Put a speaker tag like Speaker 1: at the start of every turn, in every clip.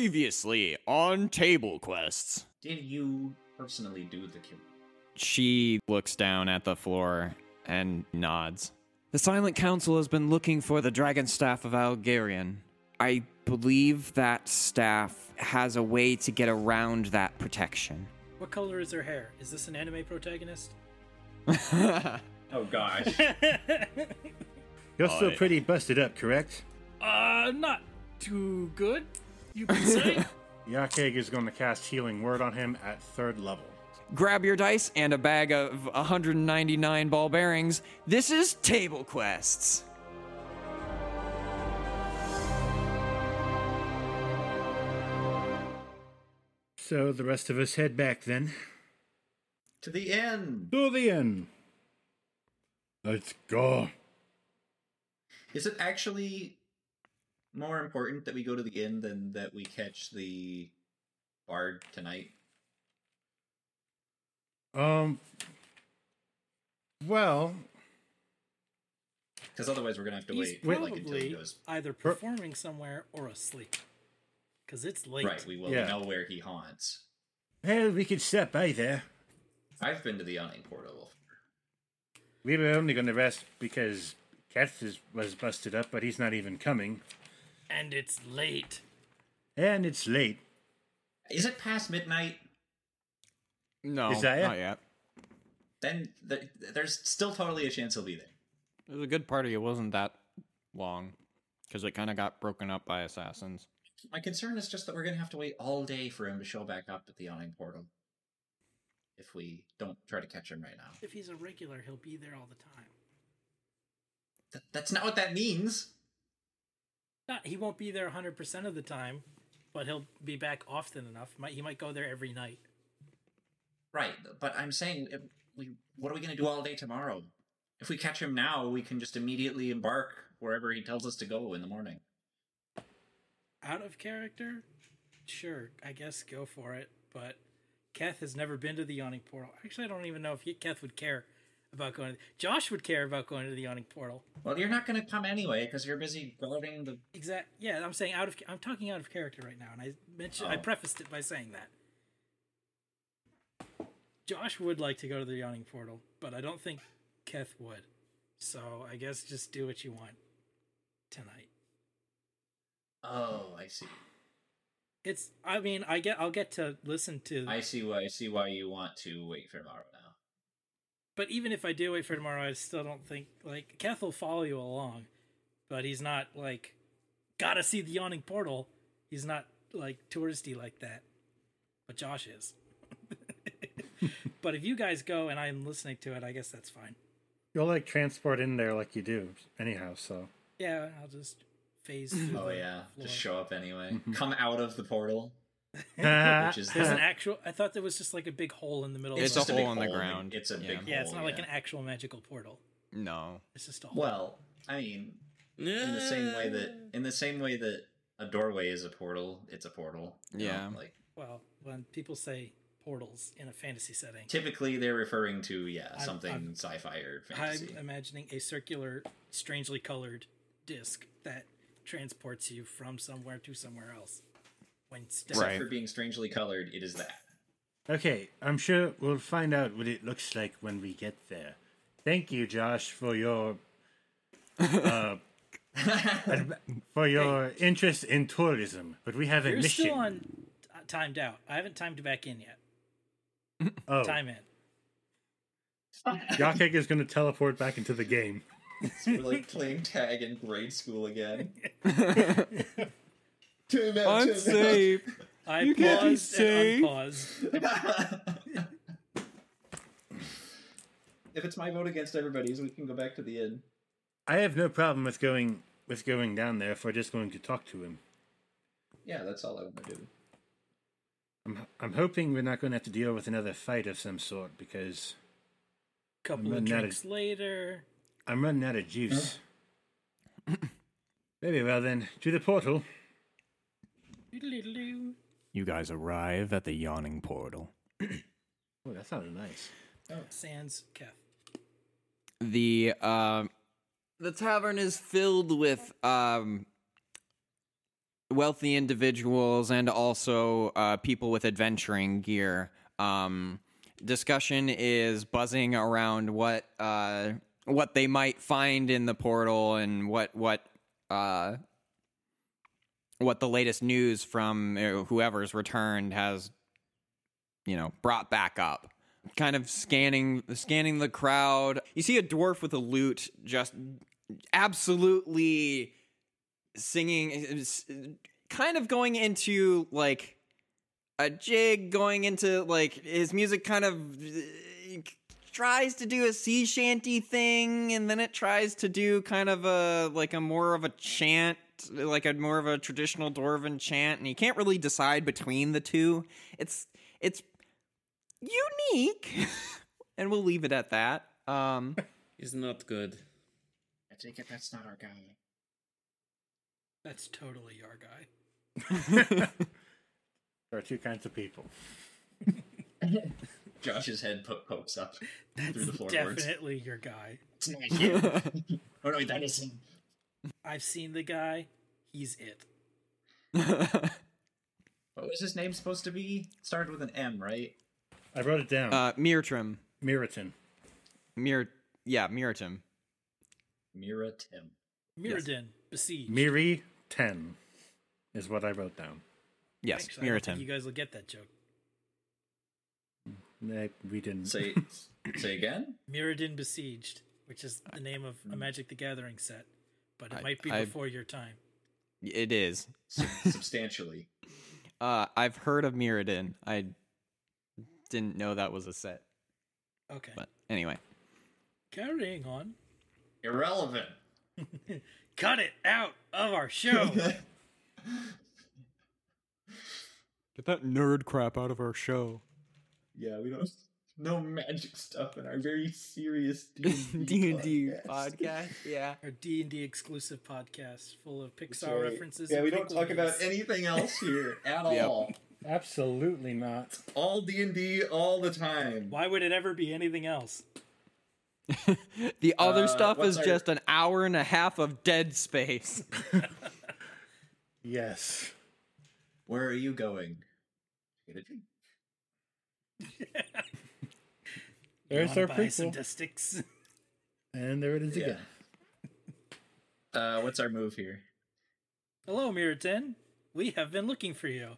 Speaker 1: Previously on Table Quests.
Speaker 2: Did you personally do the kill?
Speaker 1: She looks down at the floor and nods.
Speaker 3: The Silent Council has been looking for the Dragon Staff of Algarian. I believe that staff has a way to get around that protection.
Speaker 4: What color is her hair? Is this an anime protagonist? Uh,
Speaker 2: Oh gosh.
Speaker 5: You're still
Speaker 1: I-
Speaker 5: pretty busted up, correct?
Speaker 4: Uh, not too good, you could say.
Speaker 5: Yakeg is going to cast Healing Word on him at third level.
Speaker 3: Grab your dice and a bag of 199 ball bearings. This is Table Quests.
Speaker 5: So the rest of us head back then.
Speaker 2: to the end.
Speaker 5: To the inn. Let's go.
Speaker 2: Is it actually more important that we go to the inn than that we catch the bard tonight?
Speaker 5: Um. Well,
Speaker 2: Because otherwise, we're gonna have to
Speaker 4: He's
Speaker 2: wait
Speaker 4: probably
Speaker 2: like until he goes.
Speaker 4: either performing somewhere or asleep. Because it's late.
Speaker 2: Right, we will
Speaker 5: Yeah.
Speaker 2: know where he haunts.
Speaker 5: well, we could stop by there.
Speaker 2: I've been to the yawning portal.
Speaker 5: We were only going to rest because Keth is, was busted up, but he's not even coming.
Speaker 4: and it's late.
Speaker 5: And it's late.
Speaker 2: Is it past midnight?
Speaker 1: No,
Speaker 5: Is that it?
Speaker 1: not yet.
Speaker 2: Then th- there's still totally a chance he'll be there.
Speaker 1: It was a good party. It wasn't that long because it kind of got broken up by assassins.
Speaker 2: My concern is just that we're gonna have to wait all day for him to show back up at the yawning portal. If we don't try to catch him right now,
Speaker 4: If he's a regular, he'll be there all the time.
Speaker 2: Th- that's not what that means.
Speaker 4: Not he won't be there 100% of the time, but he'll be back often enough. Might he might go there every night.
Speaker 2: Right, but I'm saying, if we, what are we going to do all day tomorrow? If we catch him now, we can just immediately embark wherever he tells us to go in the morning.
Speaker 4: Out of character? Sure, I guess go for it, but Keth has never been to the yawning portal. Actually, I don't even know if he- Keth would care about going. To, Josh would care about going to the yawning portal.
Speaker 2: Well, you're not going to come anyway because you're busy guarding the.
Speaker 4: Exact. Yeah, I'm saying out of. I'm talking out of character right now, and I mentioned I
Speaker 2: Oh.
Speaker 4: prefaced it by saying that. Josh would like to go to the yawning portal, but I don't think Keth would. So I guess just do what you want tonight.
Speaker 2: Oh, I see.
Speaker 4: It's. I mean, I get. I'll get to listen to.
Speaker 2: I see why. I see why you want to wait for tomorrow now.
Speaker 4: but even if I do wait for tomorrow, I still don't think like Keth will follow you along, but he's not like gotta see the yawning portal. He's not like touristy like that, but Josh is. but if you guys go and I'm listening to it, I guess that's fine.
Speaker 5: You'll like transport in there like you do, anyhow. So
Speaker 4: Yeah, I'll just phase. Through
Speaker 2: Oh
Speaker 4: the
Speaker 2: yeah,
Speaker 4: floor.
Speaker 2: just show up anyway. come out of the portal, which is
Speaker 4: There's an actual. I thought there was just like a big hole in the middle.
Speaker 1: It's
Speaker 4: of
Speaker 2: just
Speaker 1: a
Speaker 4: the,
Speaker 1: hole
Speaker 2: big
Speaker 1: in the
Speaker 2: hole.
Speaker 1: ground.
Speaker 2: It's a
Speaker 1: Yeah.
Speaker 2: big.
Speaker 4: yeah, it's
Speaker 2: hole,
Speaker 4: not like an actual magical portal.
Speaker 1: No.
Speaker 4: It's just a hole.
Speaker 2: Well, I mean, in the same way that in the same way that a doorway is a portal, it's a portal. you know,
Speaker 1: Yeah.
Speaker 2: like
Speaker 4: well, when people say portals in a fantasy setting,
Speaker 2: Typically, they're referring to yeah
Speaker 4: I'm-
Speaker 2: something
Speaker 4: I'm-
Speaker 2: sci-fi or fantasy.
Speaker 4: I'm imagining a circular, strangely colored disc that transports you from somewhere to somewhere else. When stepped.
Speaker 1: Right.
Speaker 2: Except for being strangely colored, it is that.
Speaker 5: okay, I'm sure we'll find out what it looks like when we get there. Thank you, Josh, for your uh, adv- for your interest in tourism. But we have a
Speaker 4: you're
Speaker 5: mission.
Speaker 4: still on uh, timed out. I haven't timed back in yet.
Speaker 5: oh,
Speaker 4: Time in.
Speaker 5: Yakeg is going to teleport back into the game.
Speaker 2: It's like playing tag in grade school again.
Speaker 1: Unsafe.
Speaker 4: I
Speaker 1: You can't be
Speaker 4: paused
Speaker 1: safe.
Speaker 4: and unpaused.
Speaker 2: If it's my vote against everybody's, we can go back to the inn.
Speaker 5: I have no problem with going with going down there if we're just going to talk to him.
Speaker 2: Yeah, that's all I want to do.
Speaker 5: I'm I'm hoping we're not going to have to deal with another fight of some sort because
Speaker 4: Couple
Speaker 5: I'm
Speaker 4: of
Speaker 5: not a-
Speaker 4: drinks later.
Speaker 5: I'm running out of juice. Very well then, to the portal.
Speaker 4: Doodle-doodle-doo.
Speaker 1: You guys arrive at the yawning portal.
Speaker 5: Oh, that sounded nice.
Speaker 4: Oh, Sans Keth.
Speaker 3: the um the tavern is filled with um wealthy individuals and also uh, people with adventuring gear. Um, discussion is buzzing around what uh, what they might find in the portal and what what uh, what the latest news from uh, whoever's returned has you know brought back up kind of scanning scanning the crowd you see a dwarf with a lute just absolutely singing is- kind of going into like a jig going into like his music kind of uh, tries to do a sea shanty thing and then it tries to do kind of a like a more of a chant like a more of a traditional dwarven chant and you can't really decide between the two it's it's unique and we'll leave it at that um
Speaker 6: It's not good.
Speaker 2: I take it that's not our guy.
Speaker 4: That's totally your guy.
Speaker 5: There are two kinds of people.
Speaker 2: Josh's head po- pokes up through the floorboards.
Speaker 4: Definitely your guy.
Speaker 2: It's not you. oh no, that is him.
Speaker 4: I've seen the guy. He's it.
Speaker 2: What was his name supposed to be? Started with an M, right?
Speaker 5: I wrote it down.
Speaker 3: uh mirtrim
Speaker 5: Miriton.
Speaker 3: mir yeah mirtrim
Speaker 2: Mira Tim.
Speaker 4: Mirrodin, besieged.
Speaker 5: Miri 10 is what I wrote down.
Speaker 3: yes
Speaker 4: Actually, I don't think
Speaker 3: mirtrim
Speaker 4: You guys will get that joke.
Speaker 5: Eh, We didn't.
Speaker 2: Say say again.
Speaker 4: Mirrodin besieged, which is the name of a Magic the Gathering set, but it
Speaker 3: I-
Speaker 4: might be
Speaker 3: I-
Speaker 4: before your time.
Speaker 3: it is
Speaker 2: Sub- substantially.
Speaker 3: Uh, I've heard of Mirrodin. I didn't know that was a set,
Speaker 4: Okay.
Speaker 3: but anyway.
Speaker 4: Carrying on.
Speaker 2: Irrelevant.
Speaker 4: Cut it out of our show.
Speaker 1: Get that nerd crap out of our show.
Speaker 2: Yeah, we don't. No magic stuff in our very serious
Speaker 3: D and D podcast, yeah.
Speaker 4: our D and D exclusive podcast full of Pixar
Speaker 2: Sorry.
Speaker 4: references.
Speaker 2: uh, Yeah,
Speaker 4: and
Speaker 2: we don't
Speaker 4: prequel
Speaker 2: talk about
Speaker 4: movies.
Speaker 2: anything else here at
Speaker 3: Yep.
Speaker 2: all.
Speaker 5: Absolutely not.
Speaker 2: All D and D all the time.
Speaker 4: Why would it ever be anything else?
Speaker 3: The other
Speaker 2: Uh,
Speaker 3: stuff
Speaker 2: what's
Speaker 3: is
Speaker 2: our-
Speaker 3: just an hour and a half of dead space.
Speaker 5: Yes.
Speaker 2: Where are you going? Get a drink.
Speaker 5: There's
Speaker 4: Wanna
Speaker 5: our
Speaker 4: buy
Speaker 5: prequel.
Speaker 4: some sticks.
Speaker 5: and there it is again.
Speaker 2: Uh, what's our move here?
Speaker 4: Hello, Mirrodin. We have been looking for you.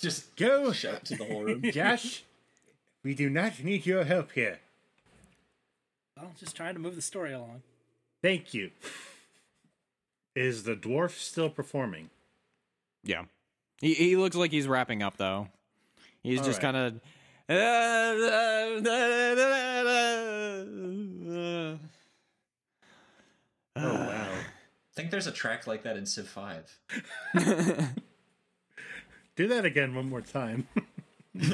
Speaker 2: Just
Speaker 5: Go,
Speaker 2: shout to the whole room.
Speaker 5: Josh. we do not need your help here.
Speaker 4: Well, just trying to move the story along.
Speaker 5: Thank you. Is the dwarf still performing?
Speaker 3: Yeah, he he looks like he's wrapping up though. He's
Speaker 5: All
Speaker 3: just
Speaker 5: right.
Speaker 3: kind of.
Speaker 5: Oh wow.
Speaker 2: I think there's a track like that in Civ Five.
Speaker 5: Do that again one more time.
Speaker 4: So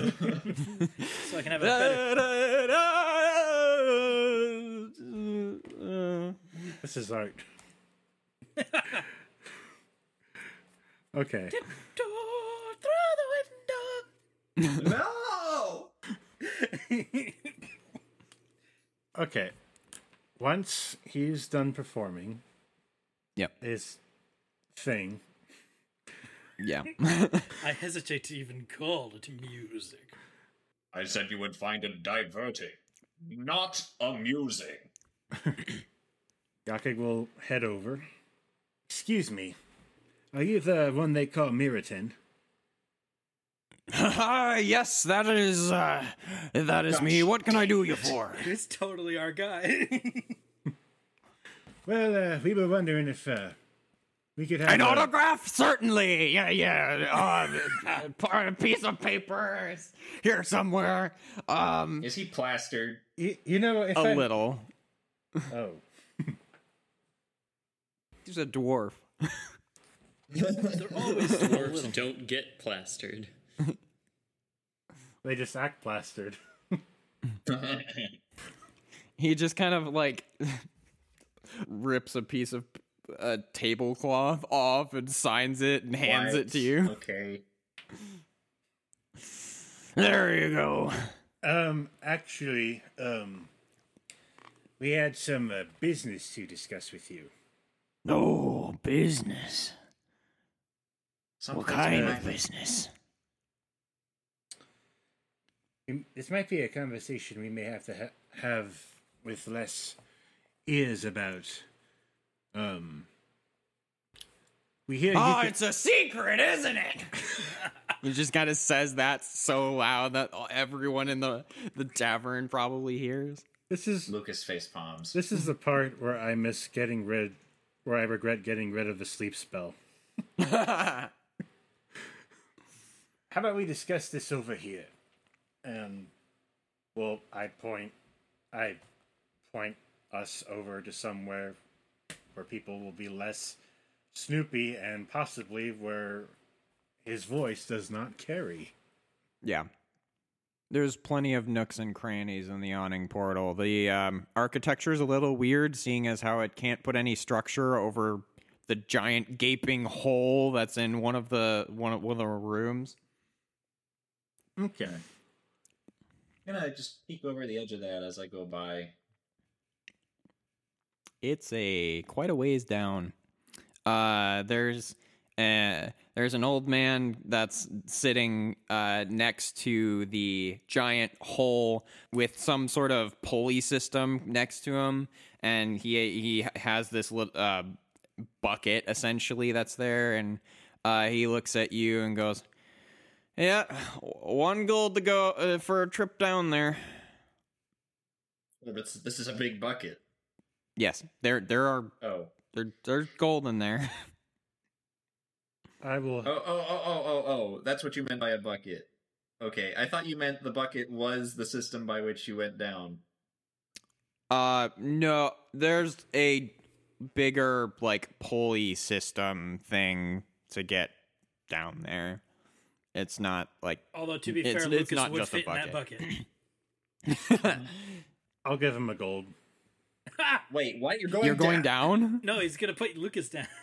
Speaker 4: I can have a better.
Speaker 5: this is art. okay.
Speaker 4: Door through
Speaker 2: no.
Speaker 4: the window.
Speaker 5: Okay. Once he's done performing
Speaker 3: Yep.
Speaker 5: his thing,
Speaker 3: Yeah.
Speaker 4: I hesitate to even call it music.
Speaker 7: I said you would find it diverting, not amusing.
Speaker 5: Yakig will head over. Excuse me. Are you the one they call Miritin?
Speaker 3: Ah, yes, that is uh, that is me. What can I do you for?
Speaker 4: It's totally our guy.
Speaker 5: Well, uh, we were wondering if uh, we could have
Speaker 3: An
Speaker 5: uh,
Speaker 3: autograph, certainly. Yeah, yeah. Um, a a piece of paper is here somewhere. Um,
Speaker 2: Is he plastered?
Speaker 5: y- you know, if
Speaker 3: a
Speaker 5: I-
Speaker 3: little.
Speaker 5: Oh,
Speaker 3: He's a dwarf.
Speaker 4: They're always a
Speaker 6: Dwarves
Speaker 4: little.
Speaker 6: don't get plastered.
Speaker 5: they just act plastered.
Speaker 3: He just kind of like rips a piece of a tablecloth off and signs it and hands
Speaker 2: Why-
Speaker 3: it to you.
Speaker 2: Okay.
Speaker 3: There you go.
Speaker 5: Um, actually, um, we had some uh, business to discuss with you.
Speaker 3: No business.
Speaker 2: Some
Speaker 3: What
Speaker 2: folks
Speaker 3: kind
Speaker 2: might-
Speaker 3: of business?
Speaker 5: Um, This might be a conversation we may have to ha- have with less ears about. Um, we hear you
Speaker 3: Oh,
Speaker 5: can-
Speaker 3: it's a secret, isn't it? he just kind of says that so loud that everyone in the the tavern probably hears.
Speaker 5: this is
Speaker 2: Lucas face palms.
Speaker 5: this is the part where I miss getting rid, where I regret getting rid of the sleep spell. How about we discuss this over here? And well, I point, I point us over to somewhere where people will be less snoopy and possibly where his voice does not carry.
Speaker 3: Yeah. There's plenty of nooks and crannies in the awning portal. The um, architecture is a little weird, seeing as how it can't put any structure over the giant gaping hole that's in one of the one of, one of the rooms.
Speaker 5: Okay.
Speaker 2: I'm gonna just peek over the edge of that as I go by.
Speaker 3: It's a quite a ways down. Uh, there's uh, there's an old man that's sitting uh, next to the giant hole with some sort of pulley system next to him, and he he has this little uh, bucket essentially that's there, and uh, he looks at you and goes, "Yeah, one gold to go uh, for a trip down there."
Speaker 2: Oh,
Speaker 7: This, this is a big bucket.
Speaker 3: Yes, there there are
Speaker 2: Oh,
Speaker 3: there, there's gold in there.
Speaker 5: I will.
Speaker 2: oh, oh, oh, oh, oh, oh! That's what you meant by a bucket. Okay, I thought you meant the bucket was the system by which you went down.
Speaker 3: Uh, no, there's a bigger like pulley system thing to get down there. It's not like
Speaker 4: Although to be
Speaker 3: It's-
Speaker 4: fair,
Speaker 3: it's
Speaker 4: Lucas
Speaker 3: not
Speaker 4: would
Speaker 3: just a
Speaker 4: fit in that bucket.
Speaker 5: I'll give him a gold.
Speaker 2: Wait, what? You're going?
Speaker 3: you're going down.
Speaker 4: no, he's gonna put Lucas down.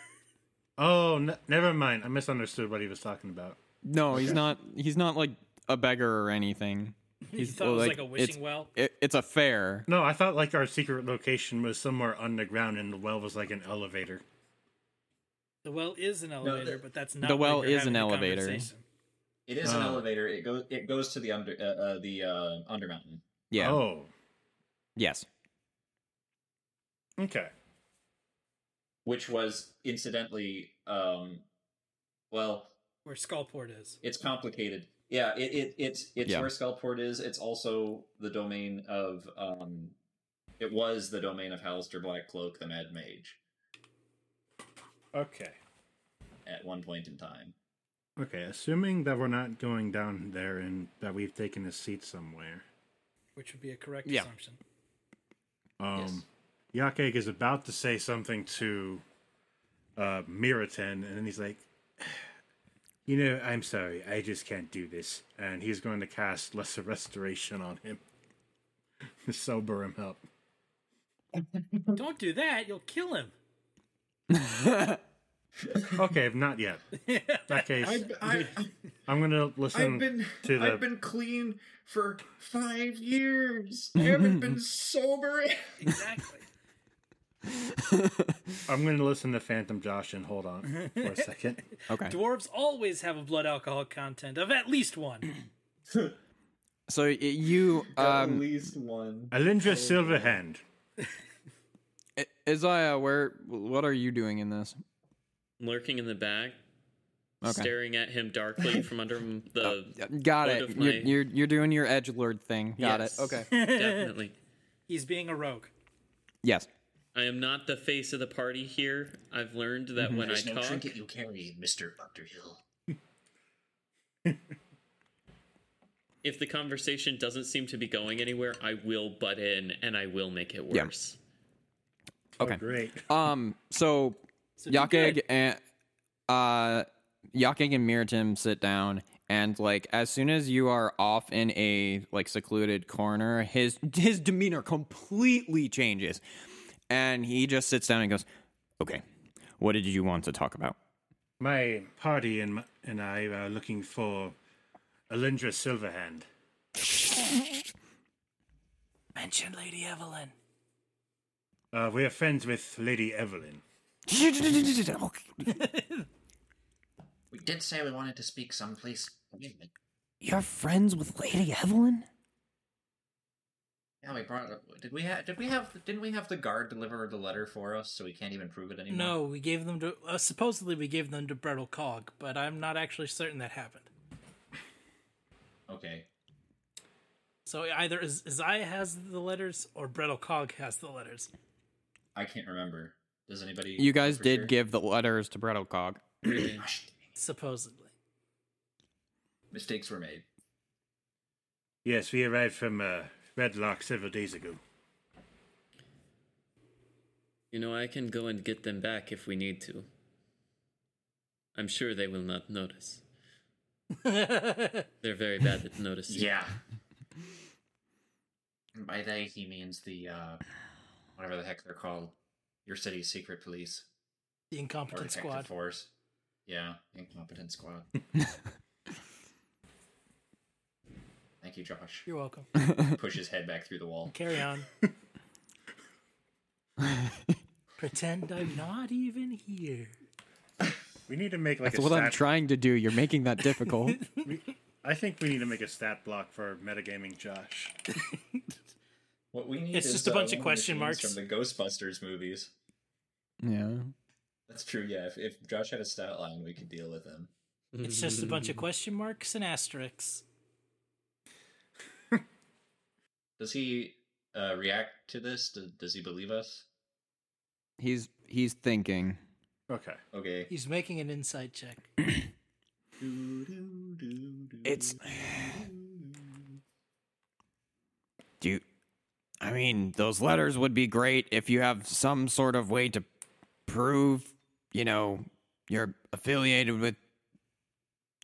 Speaker 5: Oh, n- never mind. I misunderstood what he was talking about.
Speaker 3: No, he's not. He's not like a beggar or anything.
Speaker 4: he
Speaker 3: He's
Speaker 4: thought it was
Speaker 3: like-
Speaker 4: like a
Speaker 3: it's-
Speaker 4: wishing well.
Speaker 3: It, it's a fair.
Speaker 5: No, I thought like our secret location was somewhere underground, and the well was like an elevator.
Speaker 4: The well is an elevator, but that's not
Speaker 3: the
Speaker 4: where
Speaker 3: well
Speaker 4: you're
Speaker 3: is an
Speaker 4: having the
Speaker 3: elevator.
Speaker 4: conversation.
Speaker 2: It is an
Speaker 5: Oh.
Speaker 2: elevator. It goes. It goes to the under uh, uh, the uh, undermountain.
Speaker 3: Yeah.
Speaker 5: Oh,
Speaker 3: Yes.
Speaker 5: okay.
Speaker 2: which was incidentally um well
Speaker 4: Where Skullport is.
Speaker 2: it's complicated yeah it, it it's it's
Speaker 3: Yeah.
Speaker 2: where skullport is it's also the domain of um it was the domain of Halister Black Cloak, the Mad Mage,
Speaker 5: Okay.
Speaker 2: at one point in time.
Speaker 5: Okay, assuming that we're not going down there and that we've taken a seat somewhere.
Speaker 4: Which would be a correct
Speaker 3: Yeah.
Speaker 4: assumption.
Speaker 5: Um Yakeg is about to say something to uh Miraten, and then he's like You know, I'm sorry, I just can't do this. And he's going to cast lesser restoration on him. to sober him up.
Speaker 4: Don't do that, you'll kill him.
Speaker 5: Okay, not yet. In that case,
Speaker 7: I,
Speaker 5: I'm gonna listen to the
Speaker 7: been clean for five years. I haven't been sober.
Speaker 4: Exactly.
Speaker 5: I'm gonna listen to Phantom Josh and hold on for a second.
Speaker 3: Okay.
Speaker 4: Dwarves always have a blood alcohol content of at least one.
Speaker 3: So y- you um
Speaker 2: least one.
Speaker 5: Alindra Silverhand.
Speaker 3: I- Isaiah, where what are you doing in this?
Speaker 6: Lurking in the back,
Speaker 3: Okay.
Speaker 6: staring at him darkly from under m- the.
Speaker 3: Got
Speaker 6: Out
Speaker 3: it.
Speaker 6: of
Speaker 3: You're,
Speaker 6: my-
Speaker 3: you're you're doing your edge lord thing. Got
Speaker 6: Yes.
Speaker 3: it. Okay.
Speaker 6: Definitely.
Speaker 4: He's being a rogue.
Speaker 3: yes.
Speaker 6: I am not the face of the party here. I've learned that when I
Speaker 7: There's no
Speaker 6: talk,
Speaker 7: trinket you carry, Mister Underhill.
Speaker 6: if the conversation doesn't seem to be going anywhere, I will butt in and I will make it worse.
Speaker 3: Okay.
Speaker 5: Great.
Speaker 3: Um. So
Speaker 4: So do
Speaker 3: Yakeg
Speaker 4: good.
Speaker 3: and uh Yakeg and Miratim sit down and like as soon as you are off in a like secluded corner, his his demeanor completely changes. And he just sits down and goes, Okay, what did you want to talk about?
Speaker 5: My party and my, and I are looking for Alindra Silverhand.
Speaker 4: Mention Lady Evelyn.
Speaker 5: Uh, we are friends with Lady Evelyn.
Speaker 2: We did say we wanted to speak someplace. Yeah,
Speaker 3: You're friends with Lady Evelyn?
Speaker 2: we brought. Did we have? Did we have? Didn't we have the guard deliver the letter for us so we can't even prove it anymore?
Speaker 4: No, we gave them to uh, supposedly we gave them to Brettle Cog, but I'm not actually certain that happened.
Speaker 2: Okay.
Speaker 4: So either Z- Zaya has the letters or Brettle Cog has the letters.
Speaker 2: I can't remember. Does anybody?
Speaker 3: You guys
Speaker 2: for
Speaker 3: did
Speaker 2: sure?
Speaker 3: give the letters to Brettlecog.
Speaker 2: Gosh, dang it.
Speaker 4: Supposedly.
Speaker 2: mistakes were made.
Speaker 5: Yes, we arrived from uh, Redlock several days ago.
Speaker 6: You know, I can go and get them back if we need to. I'm sure they will not notice. They're very bad at noticing.
Speaker 2: Yeah. And by they, he means the uh, whatever the heck they're called, your city's secret police
Speaker 4: The
Speaker 2: or
Speaker 4: incompetent
Speaker 2: detective
Speaker 4: squad.
Speaker 2: force. Yeah, incompetent squad. Thank you, Josh.
Speaker 4: You're welcome.
Speaker 2: Push his head back through the wall.
Speaker 4: Carry on. Pretend I'm not even here.
Speaker 5: We need to make like
Speaker 3: That's
Speaker 5: a
Speaker 3: what
Speaker 5: stat.
Speaker 3: I'm trying to do. You're making that difficult.
Speaker 5: I think we need to make a stat block for metagaming, Josh.
Speaker 2: What we need
Speaker 4: It's
Speaker 2: is
Speaker 4: just a bunch
Speaker 2: one
Speaker 4: of question
Speaker 2: machines
Speaker 4: marks.
Speaker 2: from the Ghostbusters movies.
Speaker 3: yeah.
Speaker 2: That's true. Yeah, if, if Josh had a stat line, we could deal with him.
Speaker 4: It's just a bunch of question marks and asterisks.
Speaker 2: Does he uh, react to this? Does, does he believe us?
Speaker 3: He's he's thinking.
Speaker 5: Okay.
Speaker 2: Okay.
Speaker 4: He's making an insight check.
Speaker 3: It's Do you, I mean, those letters would be great if you have some sort of way to prove, you know, you're affiliated with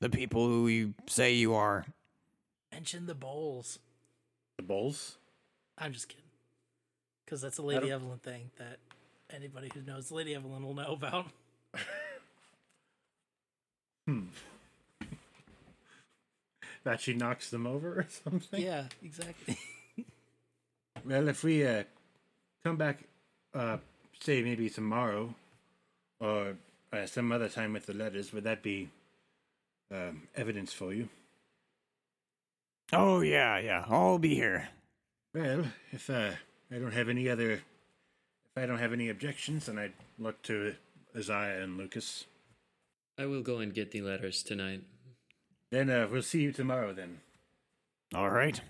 Speaker 3: the people who you say you are.
Speaker 4: Mention the bowls.
Speaker 5: The bowls?
Speaker 4: I'm just kidding. Because that's a Lady Evelyn thing that anybody who knows Lady Evelyn will know about.
Speaker 5: That she knocks them over or something?
Speaker 4: yeah, exactly.
Speaker 5: Well, if we uh, come back, uh, say maybe tomorrow or uh, some other time with the letters, would that be um, evidence for you?
Speaker 3: Oh yeah, yeah. I'll be here.
Speaker 5: Well, if uh, I don't have any other, if I don't have any objections, then I'd look to Isaiah and Lucas.
Speaker 6: I will go and get the letters tonight.
Speaker 5: Then uh, we'll see you tomorrow. Then
Speaker 3: All right.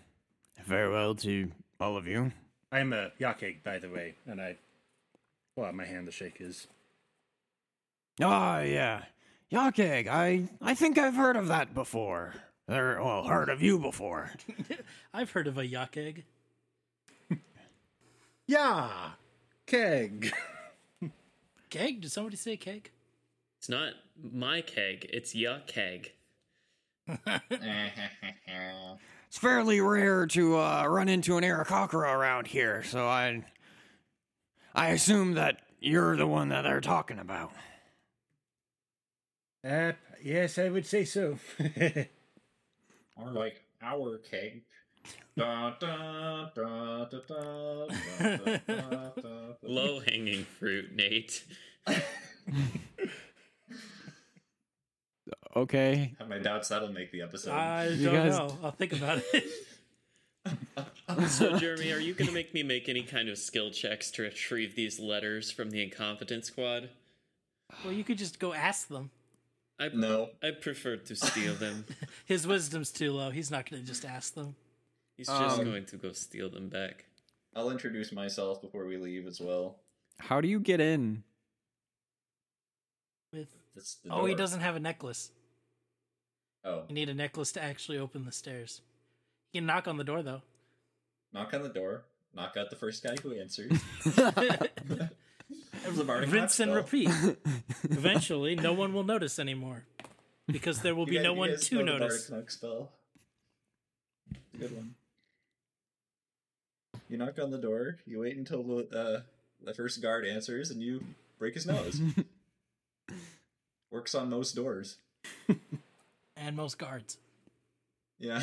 Speaker 3: Farewell to all of you.
Speaker 5: I'm a Yake, by the way, and I, well, my hand to shake is.
Speaker 3: Ah, yeah. Yakeg, I I think I've heard of that before. Or well, heard of you before.
Speaker 4: I've heard of a yuck egg.
Speaker 5: Yeah, keg.
Speaker 4: Keg? Did somebody say keg?
Speaker 6: It's not my keg, it's your keg.
Speaker 3: It's fairly rare to uh, run into an Arakakra around here, so I I assume that you're the one that they're talking about.
Speaker 5: Uh, yes, I would say so.
Speaker 2: Or like our cake. Da, da, da, da, da, da, da, da, da.
Speaker 6: Low hanging fruit, Nate.
Speaker 3: Okay.
Speaker 2: I have my doubts that'll make the episode.
Speaker 4: I don't
Speaker 3: guys-
Speaker 4: know. I'll think about it.
Speaker 6: So, Jeremy, are you going to make me make any kind of skill checks to retrieve these letters from the incompetent squad?
Speaker 4: well, you could just go ask them.
Speaker 6: I,
Speaker 2: no.
Speaker 6: I prefer to steal them.
Speaker 4: His wisdom's too low. He's not going to just ask them.
Speaker 6: He's
Speaker 3: Um,
Speaker 6: just going to go steal them back.
Speaker 2: I'll introduce myself before we leave as well.
Speaker 3: How do you get in?
Speaker 4: With
Speaker 2: That's the
Speaker 4: oh, he
Speaker 2: door.
Speaker 4: doesn't have a necklace.
Speaker 2: Oh,
Speaker 4: You need a necklace to actually open the stairs. You can knock on the door though.
Speaker 2: knock on the door. Knock out the first guy who answers. Vincent
Speaker 4: Rinse and repeat. Eventually, no one will notice anymore because there will be no one to notice.
Speaker 2: spell. It's a good one. You knock on the door. You wait until the uh, the first guard answers, and you break his nose. Works on most doors.
Speaker 4: And most guards.
Speaker 2: Yeah.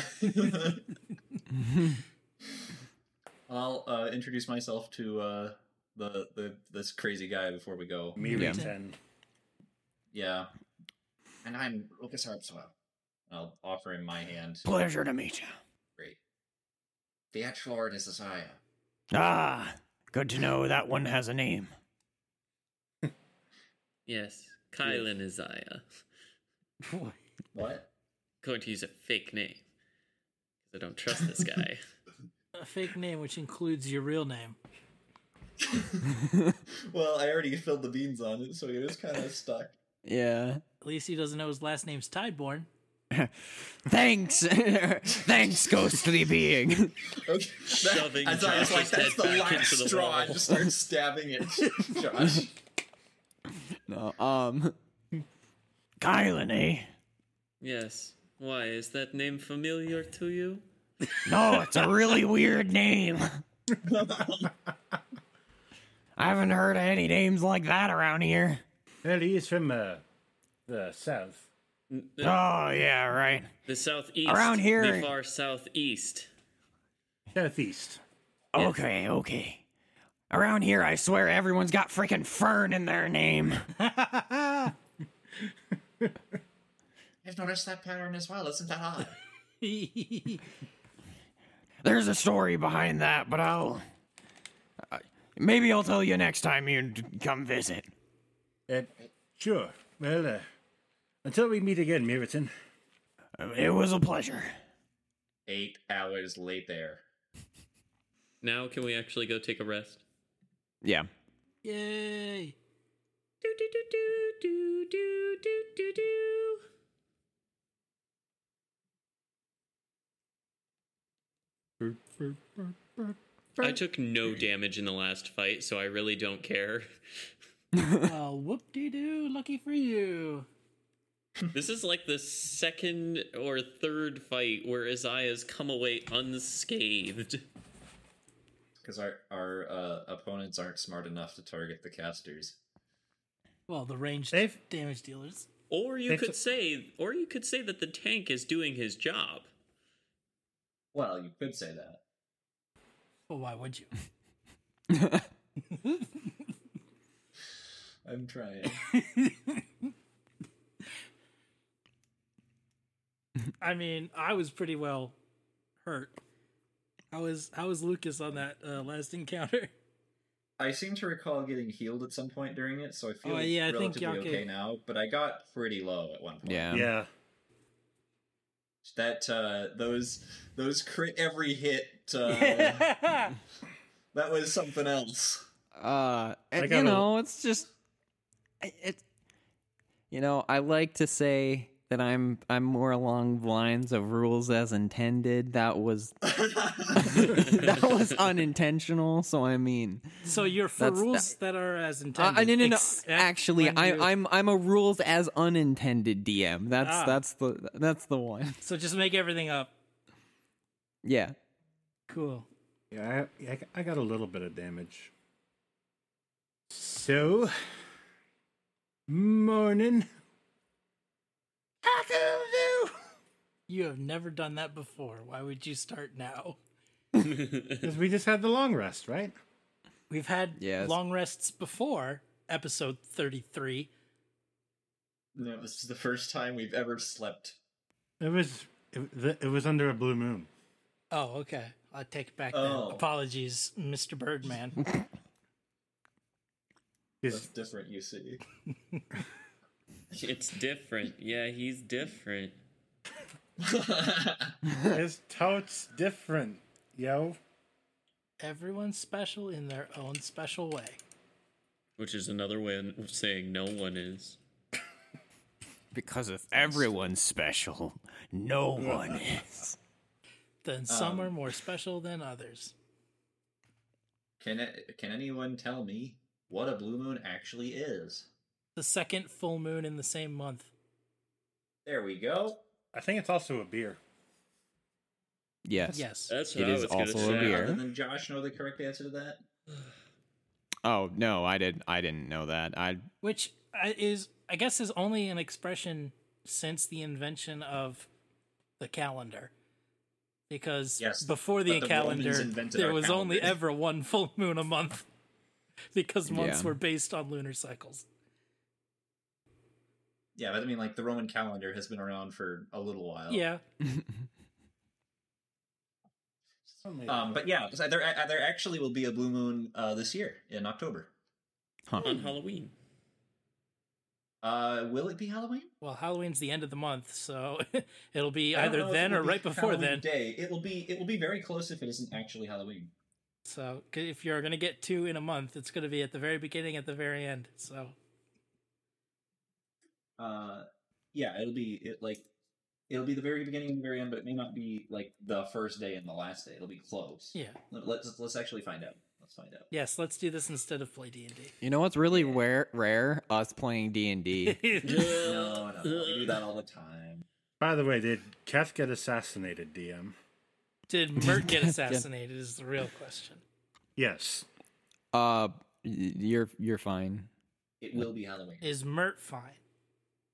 Speaker 2: I'll uh, introduce myself to uh, the the this crazy guy before we go.
Speaker 5: Me
Speaker 3: Yeah.
Speaker 5: ten.
Speaker 2: Yeah. And I'm Lucas Harpswell. I'll offer him my hand.
Speaker 3: Pleasure to meet you.
Speaker 2: Great. The Atchlord is Isaiah.
Speaker 3: Ah, good to know that one has a name.
Speaker 6: Yes, Kylan Isaiah.
Speaker 2: What?
Speaker 6: Going to use a fake name. 'Cause I don't trust this guy.
Speaker 4: A fake name, which includes your real name.
Speaker 2: Well, I already filled the beans on it, so it is kind of stuck.
Speaker 3: Yeah.
Speaker 4: At least he doesn't know his last name's Tideborn.
Speaker 3: Thanks. Thanks, ghostly being.
Speaker 2: Okay.
Speaker 6: Shoving
Speaker 2: That- Isaiah's like,
Speaker 6: Josh's
Speaker 2: that's
Speaker 6: head
Speaker 2: the
Speaker 6: back
Speaker 2: last
Speaker 6: into the
Speaker 2: straw.
Speaker 6: wall.
Speaker 2: and Just start stabbing it, Josh.
Speaker 3: no, um. Kylan, eh?
Speaker 6: yes. Why is that name familiar to you?
Speaker 3: No, it's a really weird name. I haven't heard of any names like that around here.
Speaker 5: Well, he is from uh, the south.
Speaker 3: Oh, yeah, right.
Speaker 6: The southeast.
Speaker 3: Around here-
Speaker 6: The far southeast.
Speaker 5: Southeast.
Speaker 3: Okay, okay. Around here, I swear everyone's got frickin' Fern in their name.
Speaker 2: I've noticed that pattern as well. Isn't that odd?
Speaker 3: There's a story behind that, but I'll. I- Maybe I'll tell you next time you d- come visit.
Speaker 5: Uh, sure. Well, uh, until we meet again, Meriton.
Speaker 3: Uh, It was a pleasure.
Speaker 2: Eight hours later.
Speaker 6: Now can we actually go take a rest?
Speaker 3: Yeah.
Speaker 4: Yay!
Speaker 6: Do do do do do do do do do. I took no damage in the last fight, so I really don't care.
Speaker 4: Well, whoop de doo, Uh, lucky for you.
Speaker 6: This is like the second or third fight where Isaiah's come away unscathed.
Speaker 2: Because our, our uh, opponents aren't smart enough to target the casters.
Speaker 4: Well, the ranged
Speaker 5: They've-
Speaker 4: damage dealers.
Speaker 6: Or you
Speaker 5: That's
Speaker 6: could
Speaker 5: a-
Speaker 6: say or you could say that the tank is doing his job.
Speaker 2: Well, you could say that.
Speaker 4: Well, why would you?
Speaker 2: I'm trying.
Speaker 4: I mean, I was pretty well hurt. How was how was Lucas on that uh, last encounter?
Speaker 2: I seem to recall getting healed at some point during it, so I feel
Speaker 4: Oh, yeah, I think
Speaker 2: relatively
Speaker 4: Yonke-
Speaker 2: okay now. But I got pretty low at one point.
Speaker 5: yeah.
Speaker 2: That uh, those those crit every hit. Uh, That was something else.
Speaker 3: Uh, and,
Speaker 5: got
Speaker 3: you
Speaker 5: a-
Speaker 3: know, it's just I- it. You know, I like to say that I'm I'm more along the lines of rules as intended. That was that was unintentional. So I mean,
Speaker 4: so you're for
Speaker 3: That's-
Speaker 4: rules that are as
Speaker 3: uh,
Speaker 4: intended.
Speaker 3: no, no, no.
Speaker 4: except
Speaker 3: Actually,
Speaker 4: when
Speaker 3: I,
Speaker 4: you-
Speaker 3: I'm I'm a rules as unintended DM. That's
Speaker 4: Ah.
Speaker 3: that's the that's the one.
Speaker 4: So just make everything up.
Speaker 3: Yeah.
Speaker 4: Cool.
Speaker 5: Yeah, I, I- I got a little bit of damage. So, morning.
Speaker 4: You have never done that before. Why would you start now?
Speaker 5: Because we just had the long rest, right?
Speaker 4: We've had
Speaker 3: Yes.
Speaker 4: long rests before, episode 33.
Speaker 2: No, this is the first time we've ever slept.
Speaker 5: It was it, the- it was under a blue moon.
Speaker 4: Oh, okay. I take it back
Speaker 2: Oh.
Speaker 4: then. Apologies, Mr. Birdman.
Speaker 2: That's
Speaker 5: Because
Speaker 2: different, you see.
Speaker 6: It's different. Yeah, he's different.
Speaker 5: his tote's different, yo.
Speaker 4: Everyone's special in their own special way.
Speaker 6: Which is another way of saying no one is.
Speaker 3: Because if everyone's special, no one is.
Speaker 4: Then some
Speaker 2: Um,
Speaker 4: are more special than others.
Speaker 2: Can it, can anyone tell me what a blue moon actually is?
Speaker 4: The second full moon in the same month.
Speaker 2: There we go.
Speaker 5: I think it's also a beer.
Speaker 3: Yes.
Speaker 4: Yes.
Speaker 6: That's
Speaker 3: It
Speaker 6: what I
Speaker 3: is
Speaker 6: was gonna
Speaker 3: also a
Speaker 6: say.
Speaker 3: beer.
Speaker 2: Other than Josh know the correct answer to that?
Speaker 3: Oh no, I did. I didn't know that. I
Speaker 4: Which I- is, I guess, is only an expression since the invention of the calendar. Because
Speaker 2: Yes,
Speaker 4: before the,
Speaker 2: but the
Speaker 4: calendar,
Speaker 2: Romans invented
Speaker 4: there
Speaker 2: our
Speaker 4: was only
Speaker 2: calendar.
Speaker 4: ever one full moon a month. Because months
Speaker 3: Yeah.
Speaker 4: were based on lunar cycles.
Speaker 2: Yeah, but I mean, like the Roman calendar has been around for a little while.
Speaker 4: Yeah.
Speaker 2: Um, but yeah, so there uh, there actually will be a blue moon uh, this year in October.
Speaker 3: Hmm.
Speaker 6: on Halloween.
Speaker 2: Uh, will it be Halloween?
Speaker 4: Well, Halloween's the end of the month, so it'll be
Speaker 2: I don't know
Speaker 4: either
Speaker 2: if
Speaker 4: then
Speaker 2: it'll
Speaker 4: or
Speaker 2: be
Speaker 4: right before
Speaker 2: Halloween
Speaker 4: then.
Speaker 2: Day. It will be it will be very close if it isn't actually Halloween.
Speaker 4: So c- if you're gonna get two in a month, it's gonna be at the very beginning, at the very end. So
Speaker 2: Uh, yeah, it'll be it like it'll be the very beginning and the very end, but it may not be like the first day and the last day. It'll be close.
Speaker 4: yeah,
Speaker 2: Let- Let's let's actually find out. Let's find out.
Speaker 4: yes, let's do this instead of play D
Speaker 3: You know what's really rare? Rare us playing D and D.
Speaker 4: and D.
Speaker 2: No, no, no, we do that all the time.
Speaker 5: By the way, did Kef get assassinated, DM?
Speaker 4: Did Mert get assassinated? Is the real question.
Speaker 5: Yes.
Speaker 3: Uh, y- you're you're fine.
Speaker 2: It will be Halloween.
Speaker 4: Is Mert fine?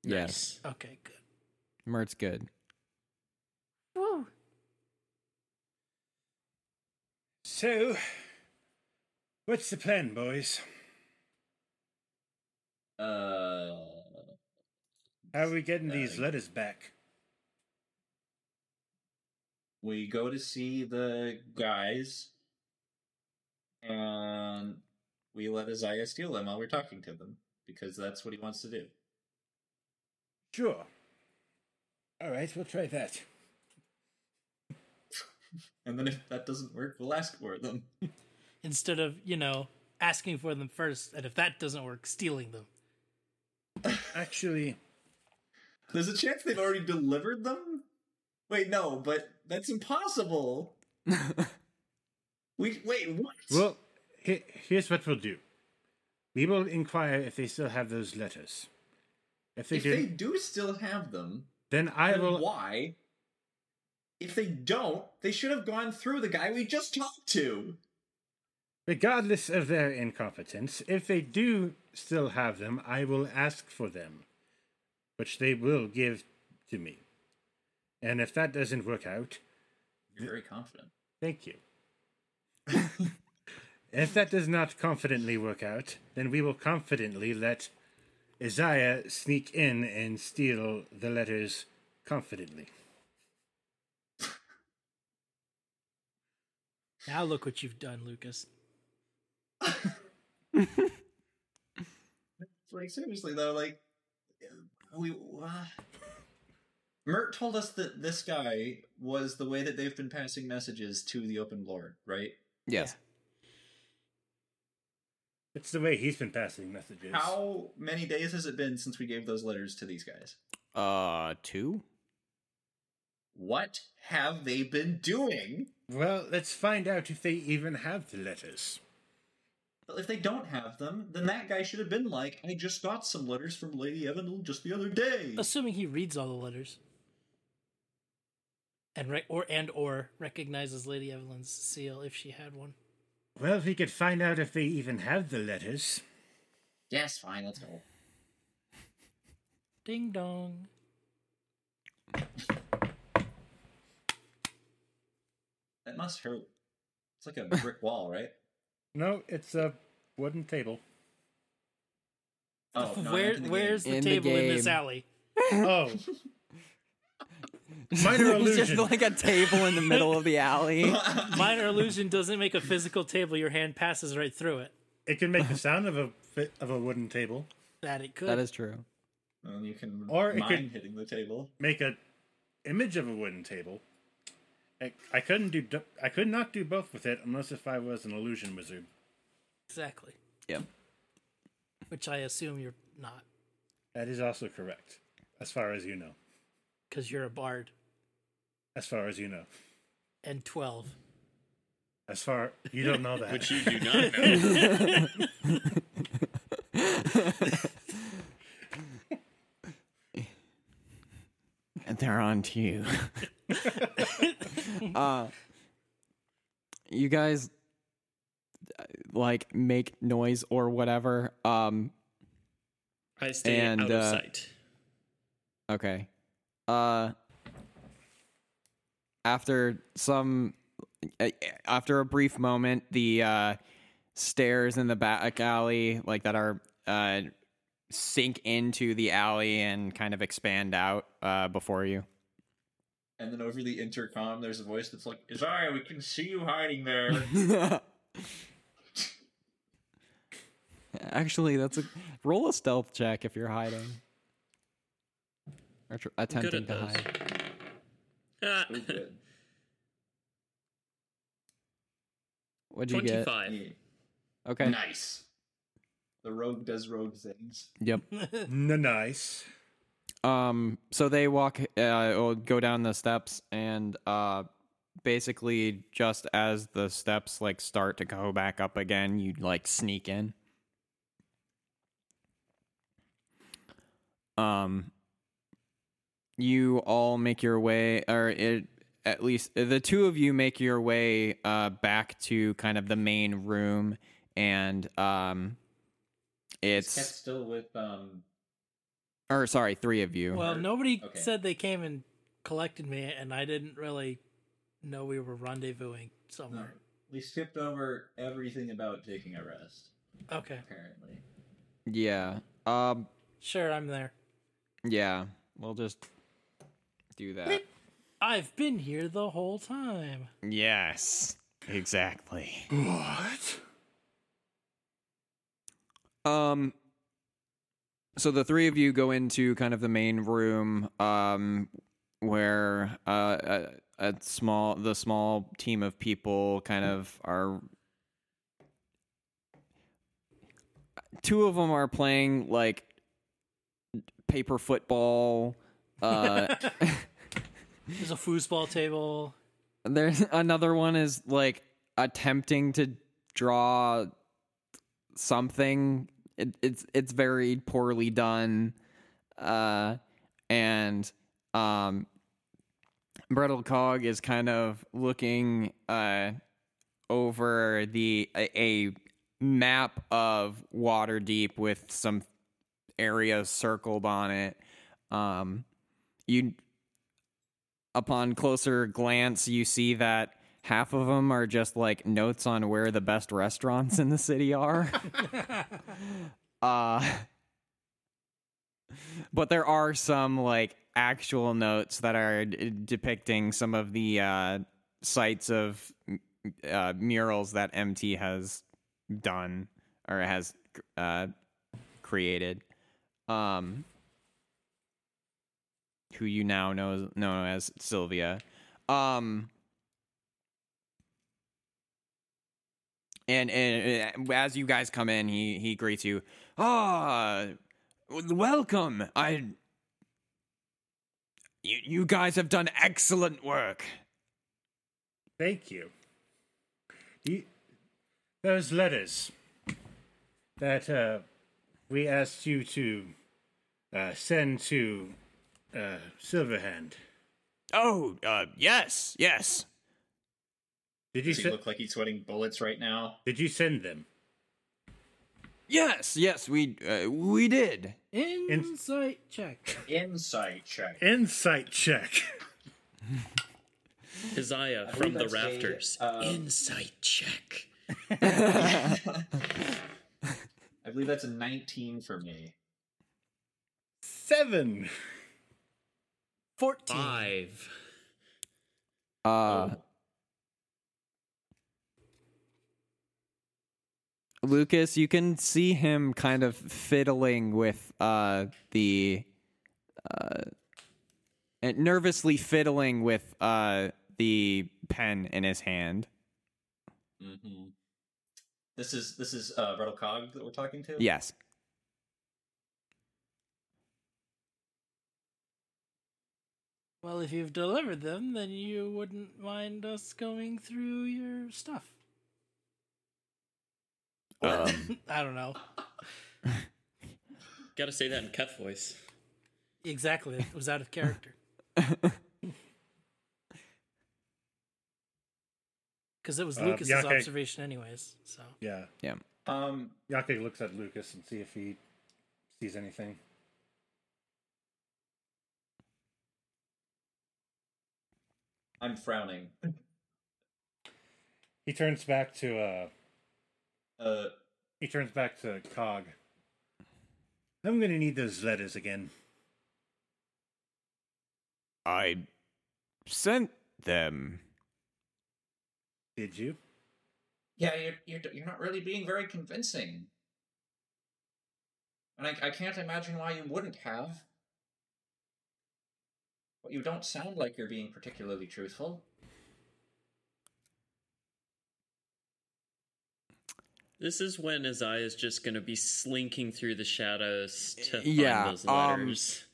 Speaker 3: Yes,
Speaker 4: Okay, good.
Speaker 3: Mert's good.
Speaker 4: Woo.
Speaker 5: So, what's the plan, boys?
Speaker 2: Uh,
Speaker 5: How are we getting these
Speaker 2: Uh,
Speaker 5: letters back?
Speaker 2: we go to see the guys, and we let Isaiah steal them while we're talking to them because that's what he wants to do.
Speaker 5: Sure. All right, we'll try that.
Speaker 2: And then if that doesn't work, we'll ask for them.
Speaker 4: Instead of you know asking for them first, and if that doesn't work, stealing them.
Speaker 5: Actually,
Speaker 2: There's a chance they've already delivered them? Wait, no, but that's impossible. we wait, what?
Speaker 5: well, he- here's what we'll do. We will inquire if they still have those letters. If they
Speaker 2: if
Speaker 5: do,
Speaker 2: they do still have them,
Speaker 5: then I
Speaker 2: then
Speaker 5: will.
Speaker 2: why? If they don't, they should have gone through the guy we just talked to.
Speaker 5: Regardless of their incompetence, if they do still have them, I will ask for them, which they will give to me. And if that doesn't work out,
Speaker 2: You're very confident.
Speaker 5: thank you. if that does not confidently work out, then we will confidently let Isaiah sneak in and steal the letters confidently.
Speaker 4: Now look what you've done, Lucas.
Speaker 2: Like seriously though, like we. Uh... Mert told us that this guy was the way that they've been passing messages to the open lord, right?
Speaker 3: Yes,
Speaker 5: It's the way he's been passing messages.
Speaker 2: How many days has it been since we gave those letters to these guys?
Speaker 3: uh, two.
Speaker 2: What have they been doing?
Speaker 5: Well, let's find out if they even have the letters.
Speaker 2: But If they don't have them, then that guy should have been like, I just got some letters from Lady Evan just the other day.
Speaker 4: Assuming he reads all the letters. And re- or and or recognizes Lady Evelyn's seal if she had one.
Speaker 5: Well, we could find out if they even have the letters.
Speaker 2: Yes, fine, let's go.
Speaker 4: Ding dong.
Speaker 2: That must hurt. It's like a brick wall, right?
Speaker 5: No, it's a wooden table.
Speaker 2: Oh, no, I
Speaker 4: Where
Speaker 2: meant in the
Speaker 4: where's
Speaker 2: game.
Speaker 4: the
Speaker 3: In the
Speaker 4: table in this
Speaker 3: game.
Speaker 4: alley?
Speaker 5: Oh. Minor
Speaker 3: It's
Speaker 5: illusion.
Speaker 3: just like a table in the middle of the alley.
Speaker 4: Minor illusion doesn't make a physical table. Your hand passes right through it.
Speaker 5: It can make the sound of a fi- of a wooden table,
Speaker 4: That it could.
Speaker 3: that is true.
Speaker 2: And you can
Speaker 5: Or it
Speaker 2: mine
Speaker 5: could-
Speaker 2: hitting the table.
Speaker 5: make a image of a wooden table. I, I couldn't do du- I could not do both with it unless if I was an illusion wizard.
Speaker 4: exactly.
Speaker 3: Yep.
Speaker 4: Which I assume you're not,
Speaker 5: That is also correct, as far as you know.
Speaker 4: because you're a bard
Speaker 5: As far as you know.
Speaker 4: and twelve.
Speaker 5: As far you don't know that.
Speaker 6: Which you do not know.
Speaker 3: And they're on to you. uh, you guys uh, like make noise or whatever. Um,
Speaker 6: I stay
Speaker 3: And,
Speaker 6: out of
Speaker 3: uh,
Speaker 6: sight.
Speaker 3: Okay. Uh after some uh, after a brief moment, the uh stairs in the back alley like that are uh sink into the alley and kind of expand out uh, before you.
Speaker 2: And then over the intercom, there's a voice that's like, "Sorry, we can see you hiding there."
Speaker 3: Actually, that's a roll a stealth check if you're hiding or tr- attempting to
Speaker 6: those.
Speaker 3: hide.
Speaker 6: Ah,
Speaker 2: So good.
Speaker 3: What'd you get?
Speaker 6: 25.
Speaker 2: Yeah.
Speaker 3: Okay.
Speaker 2: Nice. The rogue does rogue things.
Speaker 3: Yep.
Speaker 5: N- nice.
Speaker 3: Um, so they walk uh, or go down the steps, and uh, basically, just as the steps like start to go back up again, you like sneak in. Um, you all make your way, or it at least the two of you make your way uh, back to kind of the main room, and um,
Speaker 2: Is Cat
Speaker 3: it's
Speaker 2: still with um.
Speaker 3: or sorry, three of you.
Speaker 4: Well, nobody
Speaker 2: Okay.
Speaker 4: said they came and collected me, and I didn't really know we were rendezvousing somewhere.
Speaker 2: We skipped over everything about taking a rest.
Speaker 4: Okay,
Speaker 2: Apparently,
Speaker 3: yeah. Um.
Speaker 4: sure, I'm there.
Speaker 3: Yeah, we'll just do that.
Speaker 4: I've been here the whole time.
Speaker 3: yes, exactly.
Speaker 5: What?
Speaker 3: Um, so the three of you go into kind of the main room, um, where uh, a, a small the small team of people kind of are. Two of them are playing like paper football. Uh,
Speaker 4: There's a foosball table.
Speaker 3: There's another one is like attempting to draw something. It, it's it's very poorly done, uh, and um, Brettle Cog is kind of looking uh over the a, a map of Waterdeep with some areas circled on it. Um, you upon closer glance, you see that half of them are just like notes on where the best restaurants in the city are. uh, but there are some like actual notes that are d- depicting some of the uh, sites of uh, murals that MT has done or has uh, created. Um, who you now know know as Sylvia. Um and, and uh, as you guys come in, he he greets you. Ah, w- welcome. I you, you guys have done excellent work.
Speaker 5: Thank you. you. Those letters that uh, we asked you to uh, send to uh, Silverhand.
Speaker 3: Oh, uh, yes, yes.
Speaker 5: Did you
Speaker 2: does he
Speaker 5: se-
Speaker 2: look like he's sweating bullets right now?
Speaker 5: Did you send them?
Speaker 3: Yes, yes, we uh, we did.
Speaker 4: Insight check.
Speaker 2: Insight check.
Speaker 5: Insight check.
Speaker 6: Isaiah
Speaker 2: I
Speaker 6: from the
Speaker 2: believe that's a,
Speaker 6: rafters.
Speaker 2: um,
Speaker 6: Insight check.
Speaker 2: I believe that's a 19 for me.
Speaker 5: Seven.
Speaker 4: Fourteen.
Speaker 6: Five.
Speaker 3: Uh
Speaker 2: Oh.
Speaker 3: Lucas, you can see him kind of fiddling with uh, the uh, and nervously fiddling with uh, the pen in his hand.
Speaker 2: hmm This is this is uh, Brettle Cog that we're talking to.
Speaker 3: Yes.
Speaker 4: Well, if you've delivered them, then you wouldn't mind us going through your stuff.
Speaker 3: Um,
Speaker 4: I don't know.
Speaker 6: Gotta say that in cut voice.
Speaker 4: Exactly. It was out of character. Because it was
Speaker 5: Uh,
Speaker 4: Lucas's
Speaker 5: Yake-
Speaker 4: observation, anyways. So
Speaker 5: Yeah.
Speaker 2: Um.
Speaker 5: Yake looks at Lucas and see if he sees anything.
Speaker 2: I'm frowning.
Speaker 5: He turns back to uh
Speaker 2: Uh.
Speaker 5: he turns back to Cog. I'm gonna need those letters again.
Speaker 3: I sent them.
Speaker 5: Did you?
Speaker 2: Yeah, you're, you're, you're not really being very convincing. And I, I can't imagine why you wouldn't have. But you don't sound like you're being particularly truthful.
Speaker 6: This is when Isaiah is just going to be slinking through the shadows to find
Speaker 3: Yeah,
Speaker 6: those
Speaker 3: um,
Speaker 6: letters.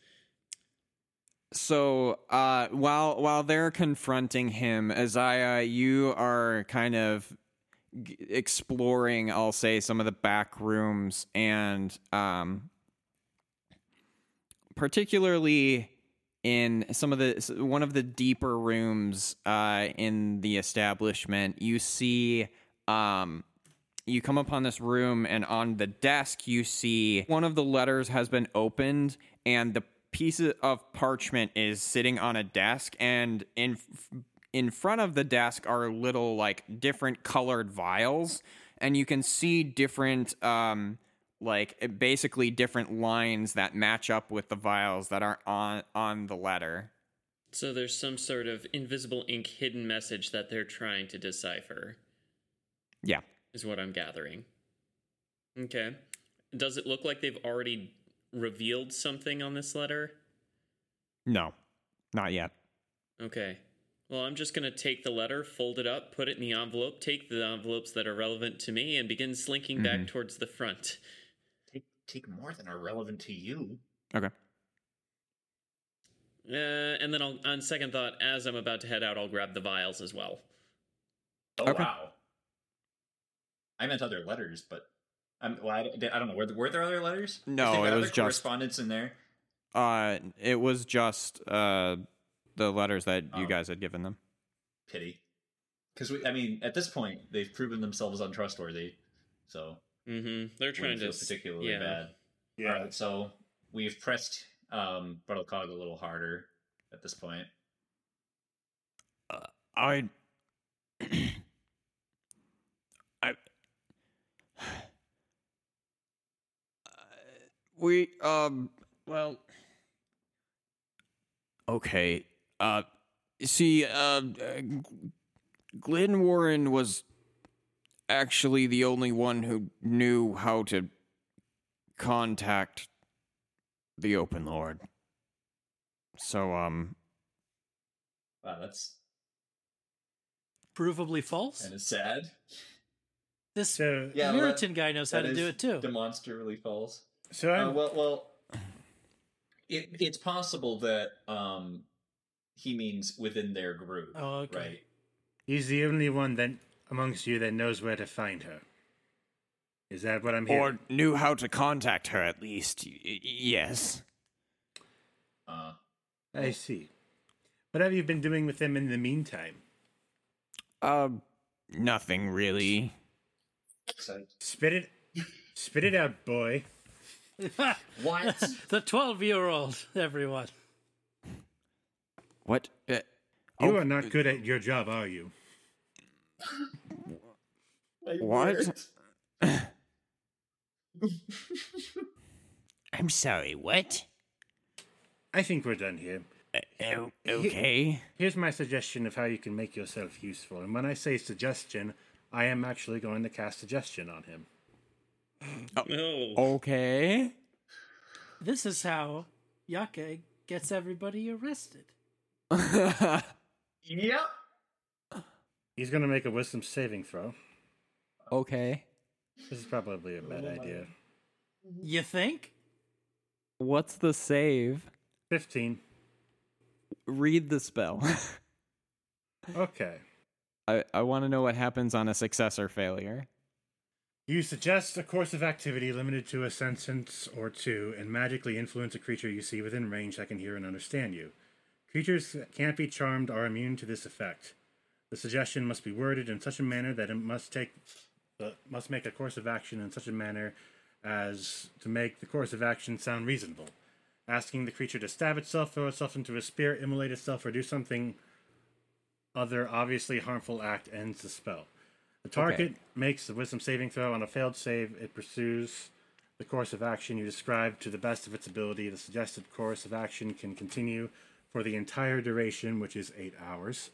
Speaker 3: So uh, while while they're confronting him, Isaiah, you are kind of g- exploring, I'll say, some of the back rooms and um, particularly in some of the s- one of the deeper rooms uh, in the establishment, you see um, you come upon this room and on the desk you see one of the letters has been opened and the piece of parchment is sitting on a desk and in f- in front of the desk are little like different colored vials and you can see different um like basically different lines that match up with the vials that are on on the letter
Speaker 6: So there's some sort of invisible ink hidden message that they're trying to decipher.
Speaker 3: yeah
Speaker 6: is what I'm gathering. Okay. Does it look like they've already revealed something on this letter?
Speaker 3: no not yet
Speaker 6: Okay. Well, I'm just going to take the letter, fold it up, put it in the envelope, take the envelopes that are relevant to me, and begin slinking
Speaker 4: Mm-hmm.
Speaker 6: back towards the front.
Speaker 2: Take, take more than are relevant to you.
Speaker 3: okay
Speaker 6: Uh, and then I'll, on second thought, as I'm about to head out, I'll grab the vials as well.
Speaker 2: Oh
Speaker 3: Okay.
Speaker 2: wow! I meant other letters, but I'm. Well, I, don't- I don't know. Were there, were there other letters?
Speaker 3: No,
Speaker 2: Is there
Speaker 3: it
Speaker 2: other
Speaker 3: was just-
Speaker 2: correspondence in there.
Speaker 3: uh it was just uh the letters that you
Speaker 2: Oh.
Speaker 3: guys had given them
Speaker 2: Pity, because we. I mean, at this point, they've proven themselves untrustworthy. So
Speaker 6: Mm-hmm. They're
Speaker 2: we
Speaker 6: trying
Speaker 2: feel
Speaker 6: to.
Speaker 2: particularly
Speaker 6: yeah.
Speaker 2: bad. All right, so we've pressed um, Bartolcog a little harder at this point.
Speaker 3: I. I. We, um, well. Okay. Uh, see, uh, uh, G- Glenn Warren was actually the only one who knew how to contact the Open Lord. So, um,
Speaker 2: Wow, that's
Speaker 8: Provably false.
Speaker 2: kind of sad.
Speaker 8: This
Speaker 5: So
Speaker 2: Yeah, well,
Speaker 8: Puritan guy knows how
Speaker 2: That
Speaker 8: to do
Speaker 2: is
Speaker 8: it too.
Speaker 2: Demonstrably false.
Speaker 5: so I'm
Speaker 2: Uh, well, well, it, it's possible that um, he means within their group.
Speaker 8: Oh, okay.
Speaker 2: Right.
Speaker 5: he's the only one that amongst you that knows where to find her. Is that what I'm hearing?
Speaker 3: Or knew how to contact her at least. Y- y- yes.
Speaker 2: Uh,
Speaker 5: I see. What have you been doing with them in the meantime?
Speaker 3: Um, nothing really.
Speaker 2: so
Speaker 5: Spit it, spit it out, boy.
Speaker 2: what?
Speaker 8: the 12 year old, everyone.
Speaker 3: What? Uh,
Speaker 5: You
Speaker 3: Oh,
Speaker 5: are not good at your job, are you?
Speaker 3: what? I'm sorry, what?
Speaker 5: I think we're done here.
Speaker 3: Oh, okay.
Speaker 5: Here's my suggestion of how you can make yourself useful. And when I say suggestion, I am actually going to cast suggestion on him.
Speaker 6: No.
Speaker 3: Okay.
Speaker 8: This is how Yake gets everybody arrested.
Speaker 2: yep.
Speaker 5: He's going to make a wisdom saving throw.
Speaker 3: okay.
Speaker 5: This is probably a bad idea.
Speaker 8: You think?
Speaker 3: What's the save?
Speaker 5: 15.
Speaker 3: Read the spell.
Speaker 5: Okay.
Speaker 3: I, I want to know what happens on a success or failure.
Speaker 5: You suggest a course of activity limited to a sentence or two and magically influence a creature you see within range that can hear and understand you. Creatures that can't be charmed are immune to this effect. The suggestion must be worded in such a manner that it must take uh, must make a course of action in such a manner as to make the course of action sound reasonable. Asking the creature to stab itself, throw itself into a spear, immolate itself, or do something other obviously harmful act ends the spell. The target makes the wisdom saving throw on a failed save. It pursues the course of action you described to the best of its ability. The suggested course of action can continue for the entire duration, which is eight hours.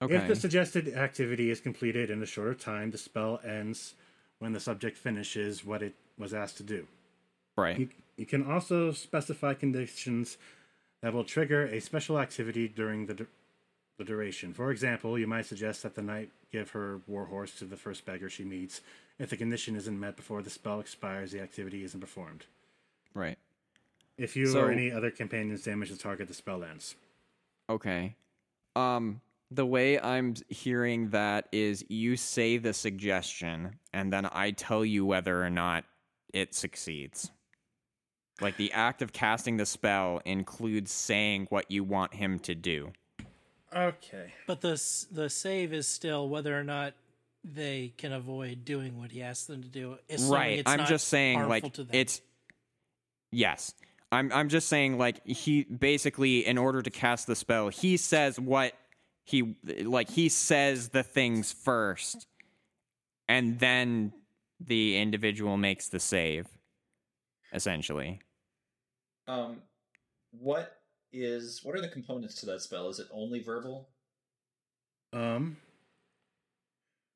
Speaker 5: If
Speaker 3: Okay.
Speaker 5: the suggested activity is completed in a shorter time, the spell ends when the subject finishes what it was asked to do.
Speaker 3: right.
Speaker 5: You, you can also specify conditions that will trigger a special activity during the, du- the duration. For example, you might suggest that the knight give her warhorse to the first beggar she meets. If the condition isn't met before the spell expires, the activity isn't performed.
Speaker 3: Right.
Speaker 5: If you
Speaker 3: So-
Speaker 5: or any other companions damage the target, the spell ends.
Speaker 3: Okay. Um the way I'm hearing that is you say the suggestion and then I tell you whether or not it succeeds. Like the act of casting the spell includes saying what you want him to do.
Speaker 5: Okay.
Speaker 4: But the s- the save is still whether or not they can avoid doing what he asks them to do. assuming
Speaker 3: right.
Speaker 4: it's
Speaker 3: I'm
Speaker 4: not
Speaker 3: just saying
Speaker 4: harmful
Speaker 3: like
Speaker 4: to them.
Speaker 3: it's Yes. I'm I'm just saying like he basically in order to cast the spell, he says what he like he says the things first and then the individual makes the save essentially.
Speaker 2: Um, what is what are the components to that spell? Is it only verbal?
Speaker 5: Um.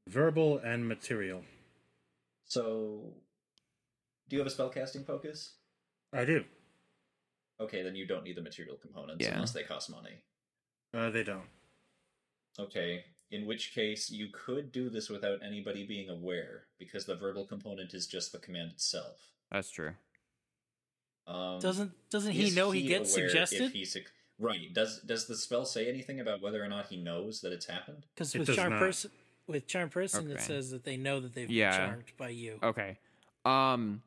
Speaker 5: Verbal and material.
Speaker 2: So, do you have a spellcasting focus?
Speaker 5: I do.
Speaker 2: Okay, then you don't need the material components
Speaker 3: Yeah.
Speaker 2: unless they cost money.
Speaker 5: Uh, they don't.
Speaker 2: Okay, in which case you could do this without anybody being aware because the verbal component is just the command itself.
Speaker 3: That's true.
Speaker 2: Um,
Speaker 4: doesn't doesn't he
Speaker 2: is
Speaker 4: know he, gets
Speaker 2: aware if
Speaker 4: suggested?
Speaker 2: he suc- right. Does does the spell say anything about whether or not he knows that it's happened?
Speaker 4: Because
Speaker 5: It
Speaker 4: with
Speaker 5: does
Speaker 4: charm
Speaker 5: not.
Speaker 4: person, with charm person, it
Speaker 3: Okay.
Speaker 4: says that they know that they've
Speaker 3: Yeah. Uh,
Speaker 4: been charmed by you.
Speaker 3: Okay. Um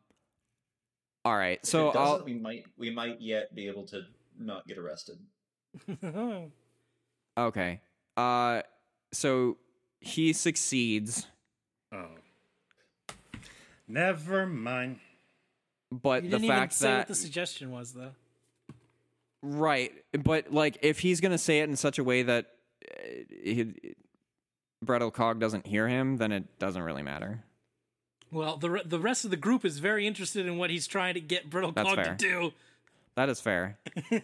Speaker 3: All right. So
Speaker 2: if it doesn't,
Speaker 3: I'll
Speaker 2: we might we might yet be able to not get arrested.
Speaker 3: Okay. Uh so he succeeds
Speaker 5: Oh. Never mind.
Speaker 3: but
Speaker 4: you
Speaker 3: the
Speaker 4: didn't even
Speaker 3: fact
Speaker 4: say
Speaker 3: that
Speaker 4: what the suggestion was, though.
Speaker 3: Right, but like if he's gonna say it in such a way that uh, he, Brettel Cog doesn't hear him, then it doesn't really matter.
Speaker 4: Well, the re- the rest of the group is very interested in what he's trying to get Brittle
Speaker 3: That's
Speaker 4: Cog to
Speaker 3: fair.
Speaker 4: do.
Speaker 3: That is fair.
Speaker 4: Oh,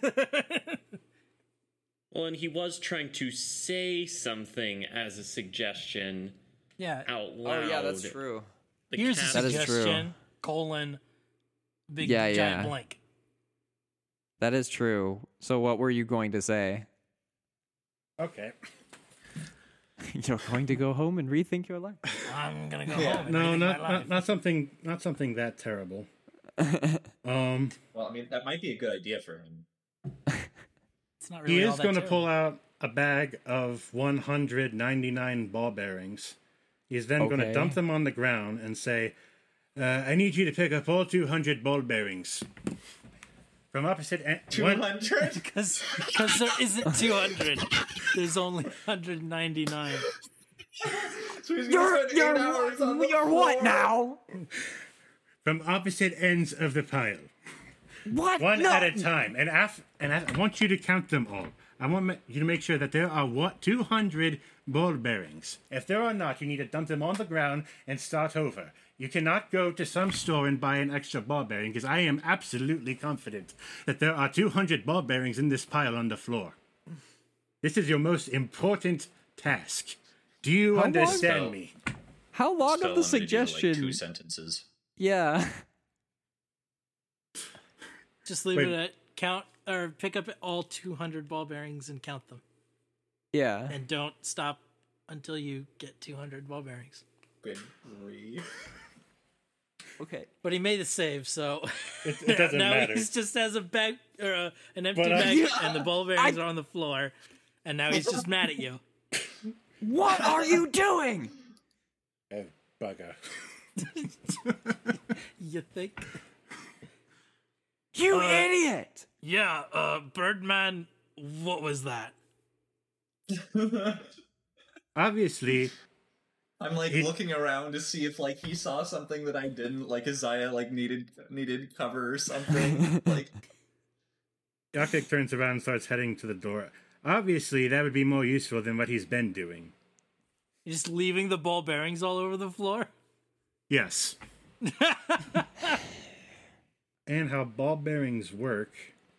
Speaker 6: Well, and he was trying to say something as a suggestion
Speaker 4: Yeah,
Speaker 6: out loud.
Speaker 3: Oh, true.
Speaker 6: The
Speaker 4: here's a
Speaker 6: captain-
Speaker 3: That is true.
Speaker 4: suggestion: colon, big
Speaker 3: Yeah,
Speaker 4: giant
Speaker 3: yeah.
Speaker 4: blank.
Speaker 3: That is true. So what were you going to say?
Speaker 5: Okay.
Speaker 3: You're going to go home and rethink your life.
Speaker 4: I'm gonna go home. and
Speaker 5: No,
Speaker 4: rethink my
Speaker 5: not, not
Speaker 4: life.
Speaker 5: not something not something that terrible. um,
Speaker 2: Well, I mean that might be a good idea for him.
Speaker 4: It's not really
Speaker 5: he
Speaker 4: all
Speaker 5: is
Speaker 4: that
Speaker 5: going to
Speaker 4: terrible.
Speaker 5: pull out a bag of 199 ball bearings. He's then going to
Speaker 3: Okay.
Speaker 5: dump them on the ground and say, uh, "I need you to pick up all 200 ball bearings from opposite end."
Speaker 2: Two hundred.
Speaker 4: because there isn't 200. There's only 199.
Speaker 3: You're you're you're what now?
Speaker 5: from opposite ends of the pile,
Speaker 3: What?
Speaker 5: one
Speaker 3: no.
Speaker 5: at a time. And af- and af- I want you to count them all. I want ma- you to make sure that there are what 200 ball bearings. If there are not, you need to dump them on the ground and start over. You cannot go to some store and buy an extra ball bearing because I am absolutely confident that there are 200 ball bearings in this pile on the floor. This is your most important task. Do you
Speaker 3: long-
Speaker 5: understand
Speaker 2: Spell.
Speaker 5: me?
Speaker 3: How long
Speaker 2: Spell
Speaker 3: of the
Speaker 2: him to do, like,
Speaker 3: suggestion?
Speaker 2: two sentences.
Speaker 3: yeah.
Speaker 4: Just leave
Speaker 5: Wait.
Speaker 4: it at count or pick up all 200 ball bearings and count them,
Speaker 3: Yeah.
Speaker 4: and don't stop until you get 200 ball bearings.
Speaker 2: Good grief.
Speaker 3: Okay.
Speaker 4: But he made the save, so
Speaker 5: It, it doesn't
Speaker 4: now
Speaker 5: matter.
Speaker 4: he just has a bag or a, an empty
Speaker 5: But uh, I-
Speaker 4: bag, and the ball bearings are on the floor, and now he's just mad at you.
Speaker 3: What are you doing?
Speaker 5: Oh, bugger.
Speaker 4: You think?
Speaker 3: You
Speaker 4: Uh,
Speaker 3: idiot!
Speaker 4: Yeah, uh, Birdman, what was that?
Speaker 5: Obviously,
Speaker 2: I'm like
Speaker 5: It-
Speaker 2: looking around to see if like he saw something that I didn't, like Isaiah like needed needed cover or something. like
Speaker 5: Yakik turns around and starts heading to the door. Obviously, that would be more useful than what he's been doing.
Speaker 4: You're just leaving the ball bearings all over the floor?
Speaker 5: Yes. and how ball bearings work.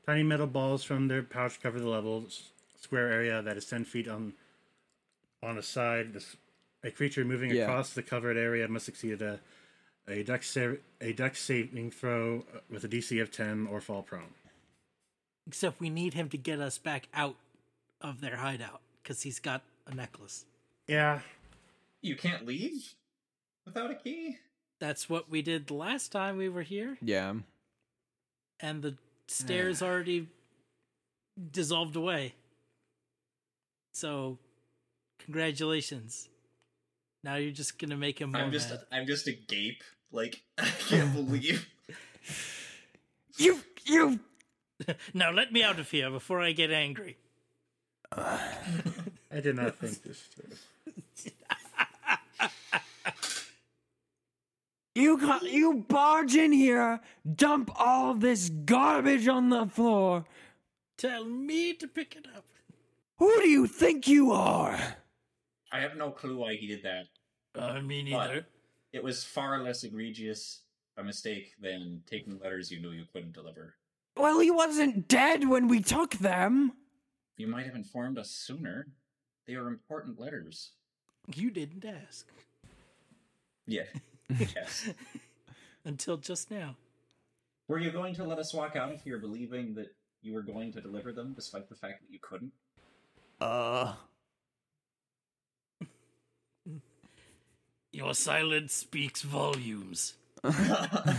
Speaker 5: Tiny metal balls from their pouch cover the level s- square area that is 10 feet on on a side. This, a creature moving
Speaker 3: Yeah.
Speaker 5: across the covered area must succeed a a duck sa- a duck saving throw uh, with a DC of 10 or fall prone.
Speaker 4: Except we need him to get us back out of their hideout because he's got a necklace.
Speaker 5: Yeah,
Speaker 2: You can't leave without a key.
Speaker 4: That's what we did the last time we were here,
Speaker 3: Yeah.
Speaker 4: and the stairs already dissolved away. So, congratulations. Now you're just gonna make him more
Speaker 2: I'm just
Speaker 4: mad.
Speaker 2: I'm just a gape. Like I can't believe.
Speaker 3: You you
Speaker 4: Now let me out of here before I get angry.
Speaker 5: I did not think this through.
Speaker 3: you got you barge in here, dump all this garbage on the floor.
Speaker 4: Tell me to pick it up.
Speaker 3: Who do you think you are?
Speaker 2: I have no clue why he did that.
Speaker 4: Uh, me
Speaker 2: But-
Speaker 4: neither.
Speaker 2: It was far less egregious a mistake than taking letters you knew you couldn't deliver.
Speaker 3: Well, he wasn't dead when we took them.
Speaker 2: You might have informed us sooner. They are important letters.
Speaker 4: You didn't ask
Speaker 2: Yeah. yes.
Speaker 4: until just now.
Speaker 2: Were you going to let us walk out of here believing that you were going to deliver them despite the fact that you couldn't?
Speaker 3: Uh
Speaker 4: Your silence speaks volumes.
Speaker 2: I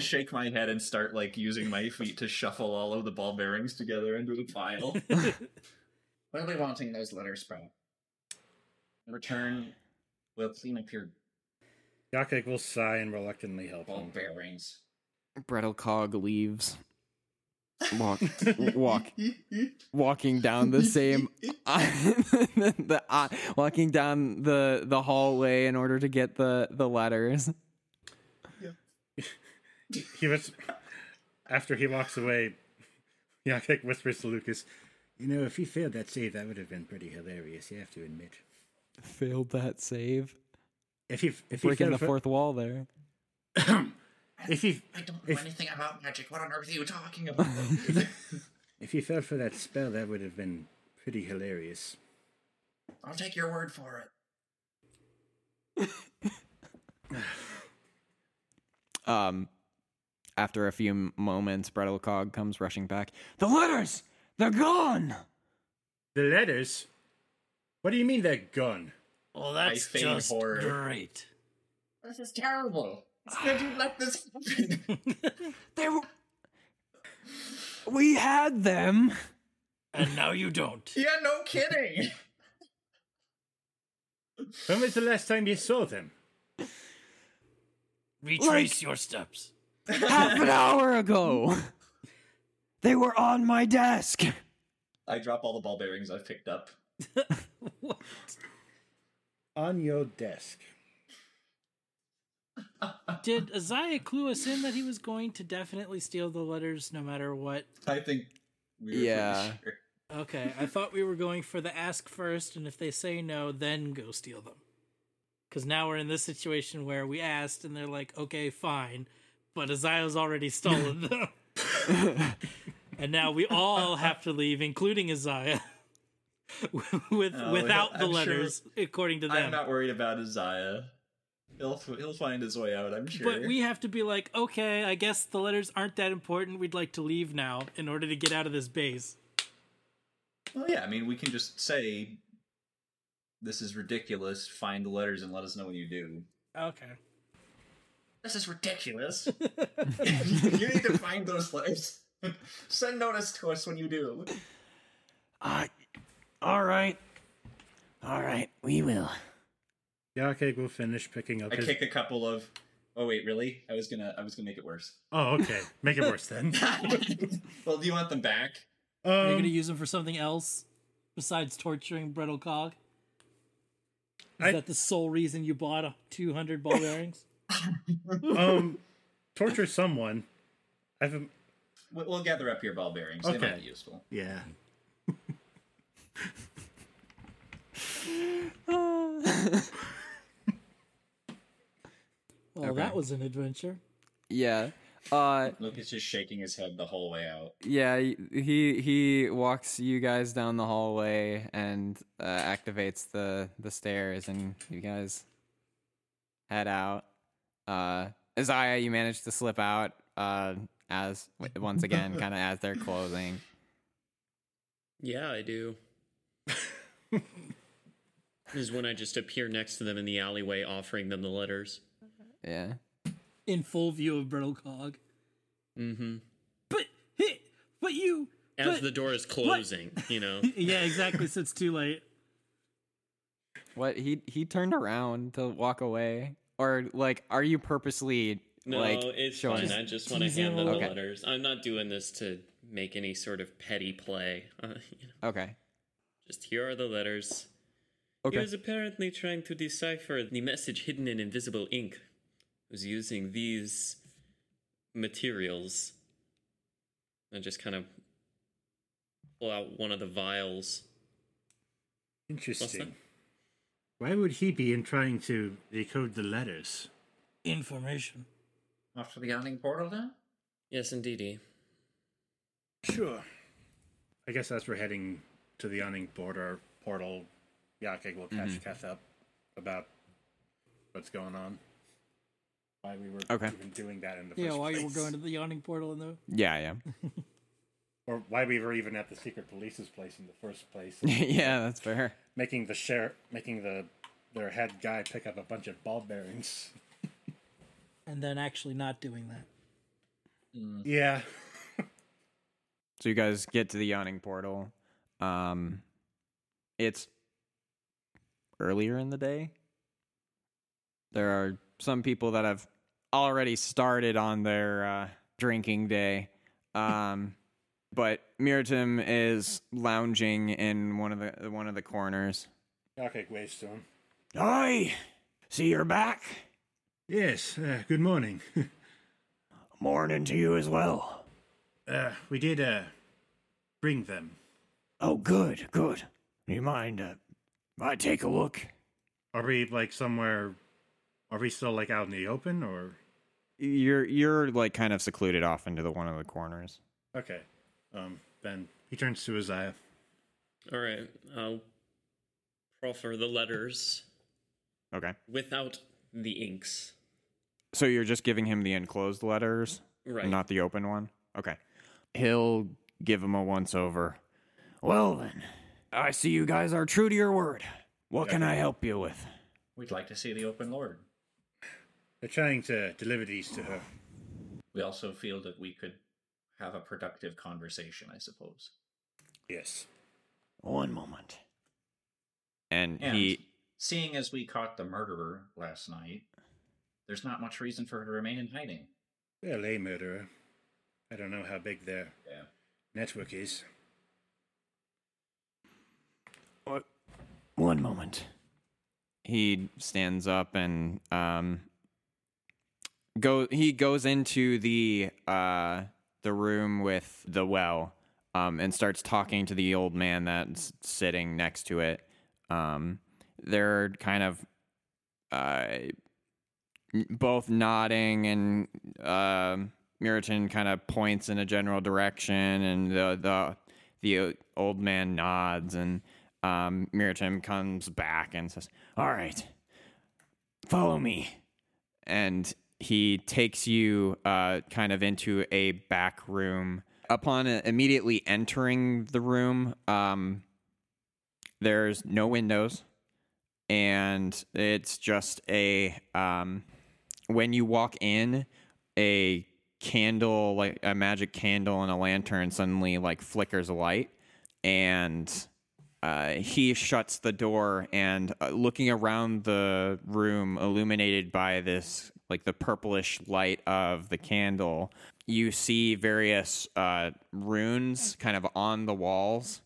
Speaker 2: shake my head and start like using my feet to shuffle all of the ball bearings together into a pile. what are we wanting those letters from? In return, we'll clean up your
Speaker 5: Yakik will sigh and reluctantly help
Speaker 2: ball
Speaker 5: him.
Speaker 2: bearings.
Speaker 3: Brettlecog leaves. Walk walk walking down the same the, uh, walking down the the hallway in order to get the the letters.
Speaker 5: He was after he walks away. Yakik whispers to Lucas, "You know, if he failed that save, that would have been pretty hilarious. You have to admit.
Speaker 3: Failed that save.
Speaker 5: If he if he
Speaker 3: Breaking
Speaker 5: failed
Speaker 3: the
Speaker 5: for-
Speaker 3: fourth wall there.
Speaker 5: if he
Speaker 2: I don't know
Speaker 5: if,
Speaker 2: anything about magic. What on earth are you talking about?
Speaker 5: if he fell for that spell, that would have been pretty hilarious.
Speaker 2: I'll take your word for it.
Speaker 3: Um, after a few m- moments, Brettlecog comes rushing back. The letters, they're gone.
Speaker 5: The letters. What do you mean they're gone?
Speaker 4: Well, that's
Speaker 2: feign
Speaker 4: just
Speaker 2: horror.
Speaker 4: great.
Speaker 2: This is terrible. Did you let this happen?
Speaker 3: They were. We had them.
Speaker 4: And now you don't.
Speaker 2: yeah, no kidding.
Speaker 5: When was the last time you saw them?
Speaker 4: Retrace your steps.
Speaker 3: half an hour ago. They were on my desk.
Speaker 2: I drop all the ball bearings I've picked up.
Speaker 5: On your desk.
Speaker 4: Did Isaiah clue us in that he was going to definitely steal the letters no matter what?
Speaker 2: I think we were
Speaker 3: Yeah.
Speaker 2: pretty sure.
Speaker 4: Okay, I thought we were going for the ask first, and if they say no, then go steal them. Because now we're in this situation where we asked, and they're like, okay, fine, but Isaiah's already stolen them. and now we all have to leave, including Isaiah, with,
Speaker 2: Oh,
Speaker 4: without the
Speaker 2: I'm sure-
Speaker 4: letters, according to them.
Speaker 2: I'm not worried about Isaiah. He'll he'll find his way out. I'm sure.
Speaker 4: But we have to be like, okay, I guess the letters aren't that important. We'd like to leave now in order to get out of this base.
Speaker 2: well, yeah. I mean, we can just say this is ridiculous. Find the letters and let us know when you do.
Speaker 4: Okay.
Speaker 2: This is ridiculous. you need to find those letters. Send notice to us when you do.
Speaker 3: Uh, all right. All right, we will.
Speaker 5: Yakik will finish picking up
Speaker 2: I
Speaker 5: his.
Speaker 2: kick a couple of. Oh wait, really? I was gonna I was gonna make it worse.
Speaker 5: Oh, okay. Make it worse then.
Speaker 2: well, do you want them back?
Speaker 4: Are you
Speaker 5: Um,
Speaker 4: going to use them for something else besides torturing Brettle Cog? Is
Speaker 5: I-
Speaker 4: that the sole reason you bought a 200 ball bearings?
Speaker 3: e-
Speaker 5: um, torture someone. I've
Speaker 2: We- We'll gather up your ball bearings. They
Speaker 5: Okay.
Speaker 2: might be useful.
Speaker 5: yeah.
Speaker 4: Well, that was an adventure.
Speaker 3: Yeah. Uh,
Speaker 2: Lucas just shaking his head the whole way out.
Speaker 3: yeah, he he walks you guys down the hallway and uh, activates the the stairs, and you guys head out. Uh, Isaiah, you manage to slip out uh, as once again, kind of as they're closing.
Speaker 6: Yeah, I do. This is when I just appear next to them in the alleyway, offering them the letters.
Speaker 3: Yeah.
Speaker 8: in full view of Brittle Cog.
Speaker 6: Mm-hmm.
Speaker 8: But hey, but you.
Speaker 6: As
Speaker 8: but,
Speaker 6: the door is closing, you know.
Speaker 8: yeah, exactly. so it's too late.
Speaker 3: What he he turned around to walk away, or like, are you purposely
Speaker 6: No,
Speaker 3: like
Speaker 6: it's
Speaker 3: showing?
Speaker 6: fine. I just want to
Speaker 8: teasing
Speaker 6: hand them
Speaker 3: Okay.
Speaker 6: the letters. I'm not doing this to make any sort of petty play. Uh, you know,
Speaker 3: Okay,
Speaker 6: just here are the letters. He
Speaker 3: okay,
Speaker 6: was apparently trying to decipher the message hidden in invisible ink. He was using these materials. I just kind of pull out one of the vials.
Speaker 5: Interesting. Why would he be in trying to decode the letters?
Speaker 8: Information.
Speaker 2: Off to the yawning portal then?
Speaker 6: Yes, E. indeedy.
Speaker 5: Sure. I guess as we're heading to the yawning border portal, Yakig will catch Keth up about what's going on. Why we were
Speaker 3: Okay.
Speaker 5: even doing that in the
Speaker 8: Yeah,
Speaker 5: first
Speaker 8: while
Speaker 5: place.
Speaker 8: you were going to the yawning portal in the
Speaker 3: yeah, yeah,
Speaker 5: Or why we were even at the secret police's place in the first place.
Speaker 3: yeah. That's fair.
Speaker 5: making the share making the their head guy pick up a bunch of ball bearings.
Speaker 8: and then actually not doing that.
Speaker 5: Yeah.
Speaker 3: So you guys get to the yawning portal. Um, it's earlier in the day. There are some people that have already started on their uh, drinking day, um, but Miratim is lounging in one of the one of the corners.
Speaker 5: Yakik waves to him.
Speaker 3: Hi, see you're back.
Speaker 5: Yes, uh, good morning.
Speaker 3: Morning to you as well.
Speaker 5: uh, we did uh, bring them.
Speaker 3: Oh, good, good. You mind uh, I take a look?
Speaker 5: Are we like somewhere? Are we still like out in the open or?
Speaker 3: You're you're like kind of secluded off into the one of the corners.
Speaker 5: Okay. Um. Then he turns to Isaiah.
Speaker 6: All right, I'll proffer the letters
Speaker 3: Okay.
Speaker 6: without the inks.
Speaker 3: So you're just giving him the enclosed letters,
Speaker 6: Right.
Speaker 3: not the open one. Okay. He'll give him a once over. Well then, I see you guys are true to your word. What can I help you with?
Speaker 2: We'd like to see the open lord.
Speaker 5: They're trying to deliver these to her.
Speaker 2: We also feel that we could have a productive conversation, I suppose.
Speaker 5: Yes.
Speaker 3: One moment. And,
Speaker 2: And
Speaker 3: he
Speaker 2: seeing as we caught the murderer last night, there's not much reason for her to remain in hiding.
Speaker 5: They're lay murderer. I don't know how big their
Speaker 2: Yeah.
Speaker 5: network is.
Speaker 3: One moment. He stands up and um go he goes into the uh the room with the well um and starts talking to the old man that's sitting next to it. Um they're kind of uh both nodding and um Muritan kind of points in a general direction and the the the o- old man nods and um Miritim comes back and says, "All right. Follow me." And he takes you uh kind of into a back room. Upon uh, immediately entering the room, um there's no windows and it's just a um when you walk in a candle like a magic candle and a lantern suddenly like flickers a light and uh, he shuts the door and uh, looking around the room illuminated by this like the purplish light of the candle you see various uh, runes kind of on the walls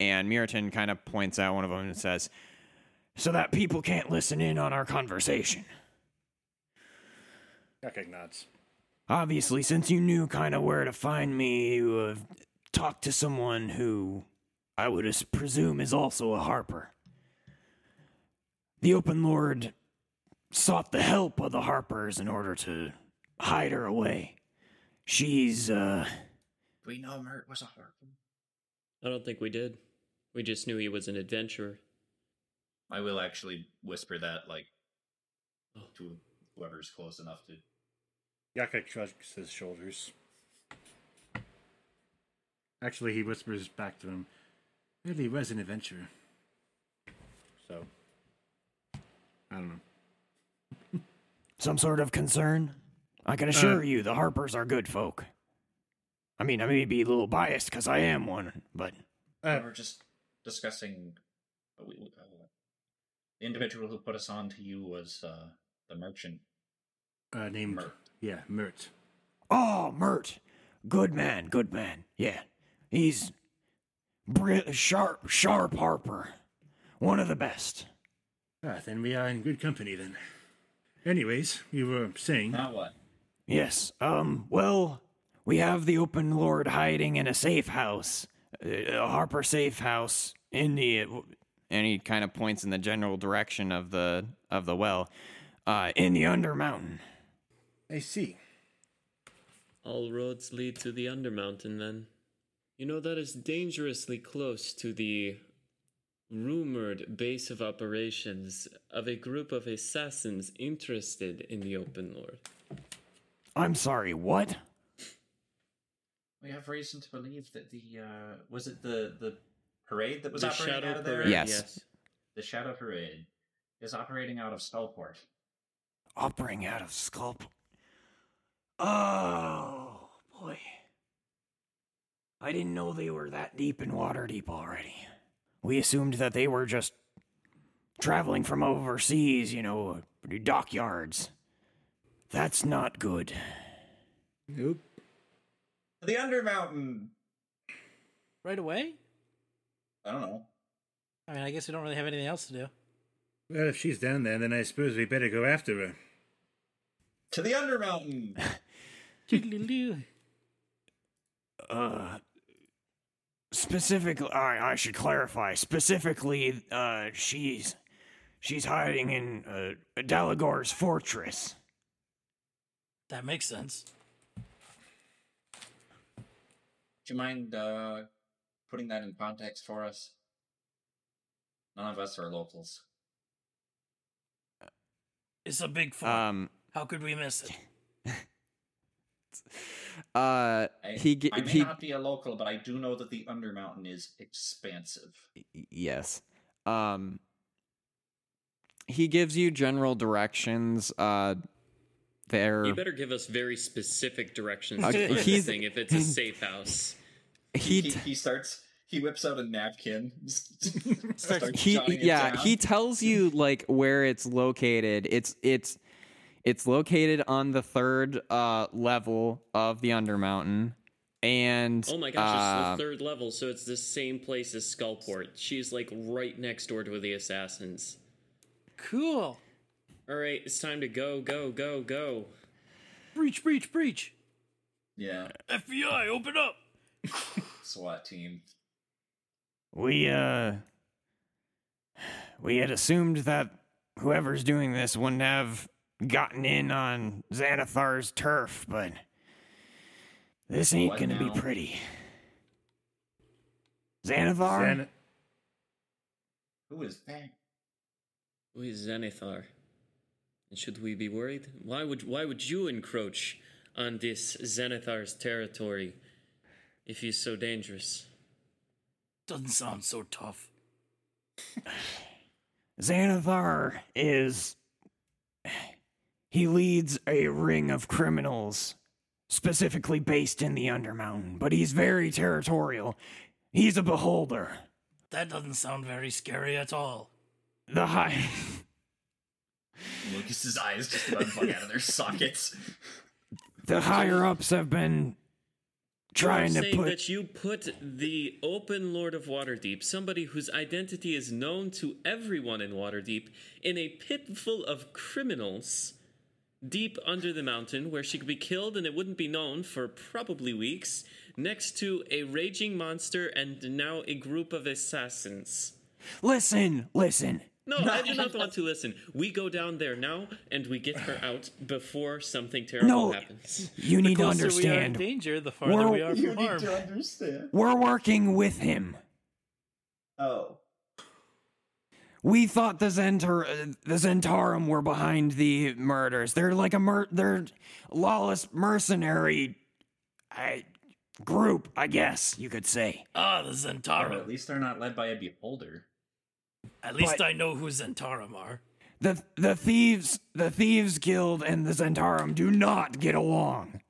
Speaker 3: and Miratin kind of points out one of them and says so that people can't listen in on our conversation
Speaker 5: Yakik nods.
Speaker 3: Obviously, since you knew kind of where to find me, you have talked to someone who I would as- presume is also a harper. The Open Lord sought the help of the harpers in order to hide her away. She's uh
Speaker 2: We know Mert was a Harkin.
Speaker 6: I don't think we did. We just knew he was an adventurer.
Speaker 2: I will actually whisper that, like, to whoever's close enough to.
Speaker 5: Yaka shrugs his shoulders. Actually, he whispers back to him, really was an adventurer. So, I don't know.
Speaker 3: some sort of concern? I can assure you the Harpers are good folk. I mean, I may be a little biased because I am one, but
Speaker 5: Uh,
Speaker 2: we were just discussing. Uh, we, we- uh, the individual who put us on to you was uh, the merchant.
Speaker 5: uh, named
Speaker 2: Mert.
Speaker 5: yeah, Mert.
Speaker 3: Oh, Mert. Good man, good man. Yeah. He's bri- sharp, sharp Harper. One of the best.
Speaker 5: Ah, then we are in good company then. Anyways, you were saying
Speaker 2: Now what?
Speaker 3: Yes. Um, well, we have the open lord hiding in a safe house. uh, A Harper safe house in the and he kind of points in the general direction of the of the well uh in the undermountain.
Speaker 5: I see.
Speaker 6: All roads lead to the Undermountain, then. You know, that is dangerously close to the rumored base of operations of a group of assassins interested in the Open Lord.
Speaker 3: I'm sorry, what?
Speaker 2: We have reason to believe that the uh, was it the the parade that was
Speaker 6: the
Speaker 2: operating
Speaker 6: Shadow
Speaker 2: out of there?
Speaker 6: Parade,
Speaker 3: Yes.
Speaker 2: The shadow parade is operating out of Skullport.
Speaker 3: Operating out of Sculp. Oh boy. I didn't know they were that deep in water deep already. We assumed that they were just traveling from overseas, you know, dockyards. That's not good.
Speaker 5: Nope.
Speaker 2: The Undermountain.
Speaker 8: Right away?
Speaker 2: I don't know.
Speaker 8: I mean, I guess we don't really have anything else to do.
Speaker 5: Well, if she's down there, then I suppose we better go after her.
Speaker 2: To the Undermountain.
Speaker 8: Toodaloo.
Speaker 3: Uh specifically I I should clarify. Specifically, uh she's she's hiding in uh Dalagor's fortress.
Speaker 8: that makes sense.
Speaker 2: Do you mind uh, putting that in context for us? None of us are locals.
Speaker 8: It's a big fort.
Speaker 5: Uh,
Speaker 8: How could we miss it?
Speaker 3: uh
Speaker 2: I,
Speaker 3: He ge-
Speaker 2: I may
Speaker 3: he-
Speaker 2: not be a local, but I do know that the Undermountain is expansive.
Speaker 3: yes um he gives you general directions uh there
Speaker 6: You better give us very specific directions
Speaker 3: Okay,
Speaker 6: to find
Speaker 3: Uh, he's-
Speaker 6: this thing if it's a safe house.
Speaker 2: He
Speaker 3: he
Speaker 2: he,
Speaker 3: t-
Speaker 2: starts. He whips out a napkin. starts
Speaker 3: he
Speaker 2: jotting it
Speaker 3: yeah
Speaker 2: down.
Speaker 3: he tells you like where it's located it's it's it's located on the third uh level of the undermountain and
Speaker 6: Oh my gosh,
Speaker 3: uh,
Speaker 6: it's the third level, so it's the same place as Skullport. She's like right next door to the assassins.
Speaker 8: Cool.
Speaker 6: All right, it's time to go, go, go, go.
Speaker 8: Breach, breach, breach.
Speaker 2: yeah.
Speaker 8: FBI, open up.
Speaker 2: SWAT team.
Speaker 3: we uh we had assumed that whoever's doing this wouldn't have gotten in on xanathar's turf but this ain't
Speaker 2: What
Speaker 3: gonna
Speaker 2: now?
Speaker 3: be pretty xanathar
Speaker 5: Xana-
Speaker 2: Who is that?
Speaker 6: Who is Xanathar? And should we be worried? Why would why would you encroach on this Xanathar's territory if he's so dangerous?
Speaker 8: Doesn't sound so tough.
Speaker 3: Xanathar is. He leads a ring of criminals, specifically based in the Undermountain, but he's very territorial. He's a beholder.
Speaker 8: That doesn't sound very scary at all.
Speaker 3: The high.
Speaker 2: Lucas's eyes just about to bug out of their sockets.
Speaker 3: The higher ups have been trying
Speaker 6: You're
Speaker 3: to
Speaker 6: saying
Speaker 3: put.
Speaker 6: that you put the open Lord of Waterdeep, somebody whose identity is known to everyone in Waterdeep, in a pit full of criminals deep under the mountain where she could be killed and it wouldn't be known for probably weeks, next to a raging monster and now a group of assassins.
Speaker 3: Listen, listen.
Speaker 6: No, I do not want to listen. We go down there now and we get her out before something terrible
Speaker 3: No.
Speaker 6: happens.
Speaker 3: You need to
Speaker 4: closer we are in
Speaker 3: understand.
Speaker 4: danger, the farther
Speaker 3: We're-
Speaker 4: we are
Speaker 7: You
Speaker 4: from
Speaker 7: need
Speaker 4: harm.
Speaker 7: to understand.
Speaker 3: We're working with him.
Speaker 7: Oh.
Speaker 3: We thought the Zentar, uh, the Zentarum were behind the murders. They're like a mer- they're lawless mercenary I, group, I guess you could say.
Speaker 4: Ah, the
Speaker 7: Or at
Speaker 4: Zentarum.
Speaker 7: least they're not led by a beholder.
Speaker 4: At least I know who Zentarum are.
Speaker 3: The the thieves, the thieves guild, and the Zentarum do not get along.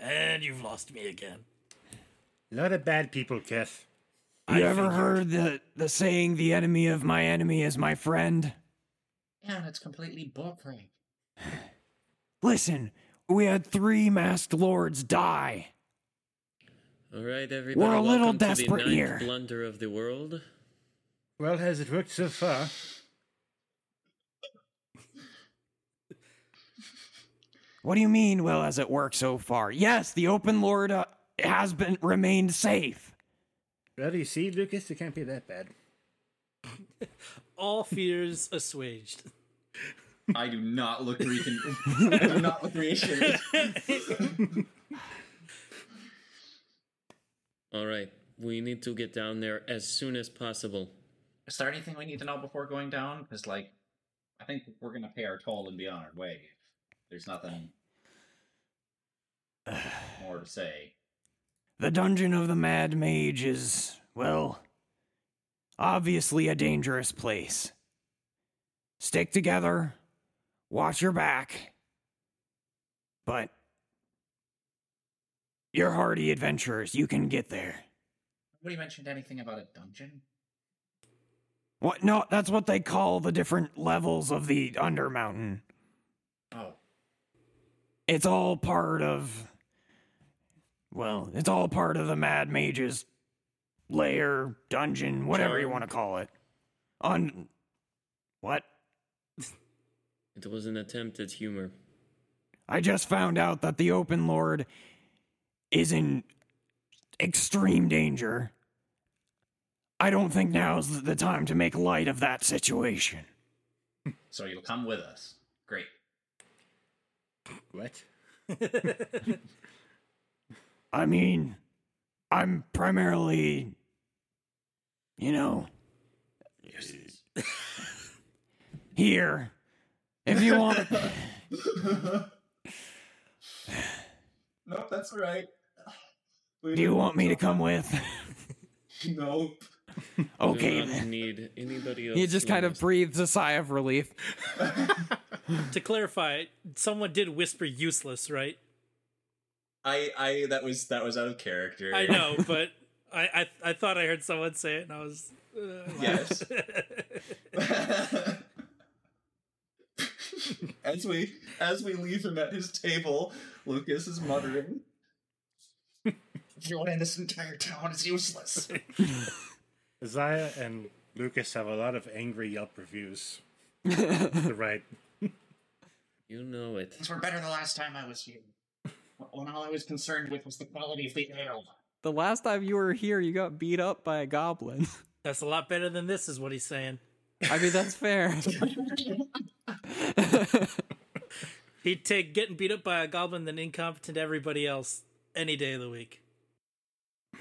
Speaker 4: And you've lost me again.
Speaker 5: A lot of bad people, Keth.
Speaker 3: You ever heard the the saying, "The enemy of my enemy is my friend"?
Speaker 7: Yeah, that's completely bullcrap.
Speaker 3: Listen, we had three masked lords die.
Speaker 6: All right, everybody.
Speaker 3: We're a little
Speaker 6: welcome
Speaker 3: desperate
Speaker 6: to the ninth
Speaker 3: here.
Speaker 6: Blunder of the world.
Speaker 5: Well, has it worked so far?
Speaker 3: What do you mean? Well, has it worked so far? Yes, the open lord uh, has been remained safe.
Speaker 5: Well, you see, Lucas, it can't be that bad.
Speaker 4: All fears assuaged.
Speaker 7: I do not look recon- I do not look reassured.
Speaker 6: All right, we need to get down there as soon as possible.
Speaker 7: Is there anything we need to know before going down? Because like, I think we're gonna pay our toll and be on our way. There's nothing more to say.
Speaker 3: The dungeon of the Mad Mage is, well, obviously a dangerous place. Stick together, watch your back, but you're hardy adventurers. You can get there.
Speaker 7: Nobody mentioned anything about a dungeon.
Speaker 3: What? No, that's what they call the different levels of the Undermountain.
Speaker 7: Oh,
Speaker 3: It's all part of. Well, it's all part of the Mad Mage's lair, dungeon, whatever you
Speaker 6: Charm.
Speaker 3: want to call it. On. What?
Speaker 6: It was an attempt at humor.
Speaker 3: I just found out that the Open Lord is in extreme danger. I don't think now's the time to make light of that situation.
Speaker 7: so you'll come with us? Great.
Speaker 5: What?
Speaker 3: I mean, I'm primarily, you know, here. If you want,
Speaker 7: Nope, that's all right.
Speaker 3: do you want me to come with?
Speaker 7: Nope.
Speaker 3: Okay.
Speaker 6: Do
Speaker 3: then.
Speaker 6: not need anybody else.
Speaker 3: He just kind
Speaker 6: in
Speaker 3: of breathes a sigh of relief.
Speaker 4: to clarify, someone did whisper useless, right?
Speaker 7: I, I, that was that was out of character.
Speaker 4: I know, but I, I I thought I heard someone say it, and I was uh,
Speaker 7: Yes. as we as we leave him at his table, Lucas is muttering. Everyone in this entire town is useless.
Speaker 5: Isaiah and Lucas have a lot of angry Yelp reviews. the right.
Speaker 6: You know it.
Speaker 7: Things were better the last time I was here. When all I was concerned with was the quality of the ale.
Speaker 3: The last time you were here, you got beat up by a goblin.
Speaker 4: that's a lot better than this, is what he's saying.
Speaker 3: I mean, that's fair.
Speaker 4: He'd take getting beat up by a goblin than incompetent everybody else any day of the week.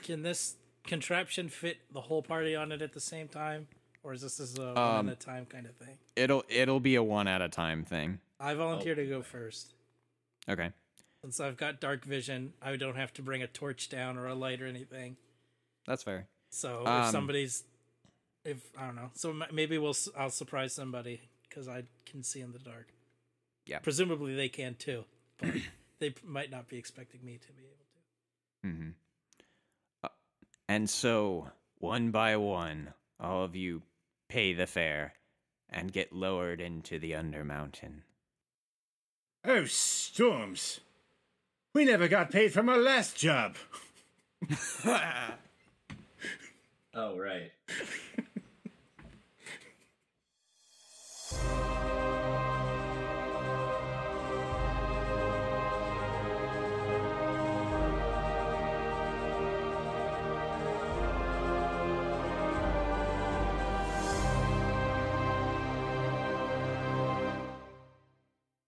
Speaker 4: Can this contraption fit the whole party on it at the same time, or is this is a one
Speaker 9: Um,
Speaker 4: at a time kind of thing?
Speaker 9: It'll it'll be a one at a time thing.
Speaker 4: I volunteer to
Speaker 9: oh.
Speaker 4: go first.
Speaker 9: Okay.
Speaker 4: Since I've got dark vision, I don't have to bring a torch down or a light or anything.
Speaker 9: That's fair.
Speaker 4: So if
Speaker 9: Um,
Speaker 4: somebody's, if I don't know, so m- maybe we'll s- I'll surprise somebody because I can see in the dark.
Speaker 9: Yeah.
Speaker 4: presumably they can too, but they p- might not be expecting me to be able to.
Speaker 9: Mm-hmm.
Speaker 3: And so, one by one, all of you pay the fare and get lowered into the Undermountain.
Speaker 5: Oh, storms! We never got paid from our last job!
Speaker 7: Oh right.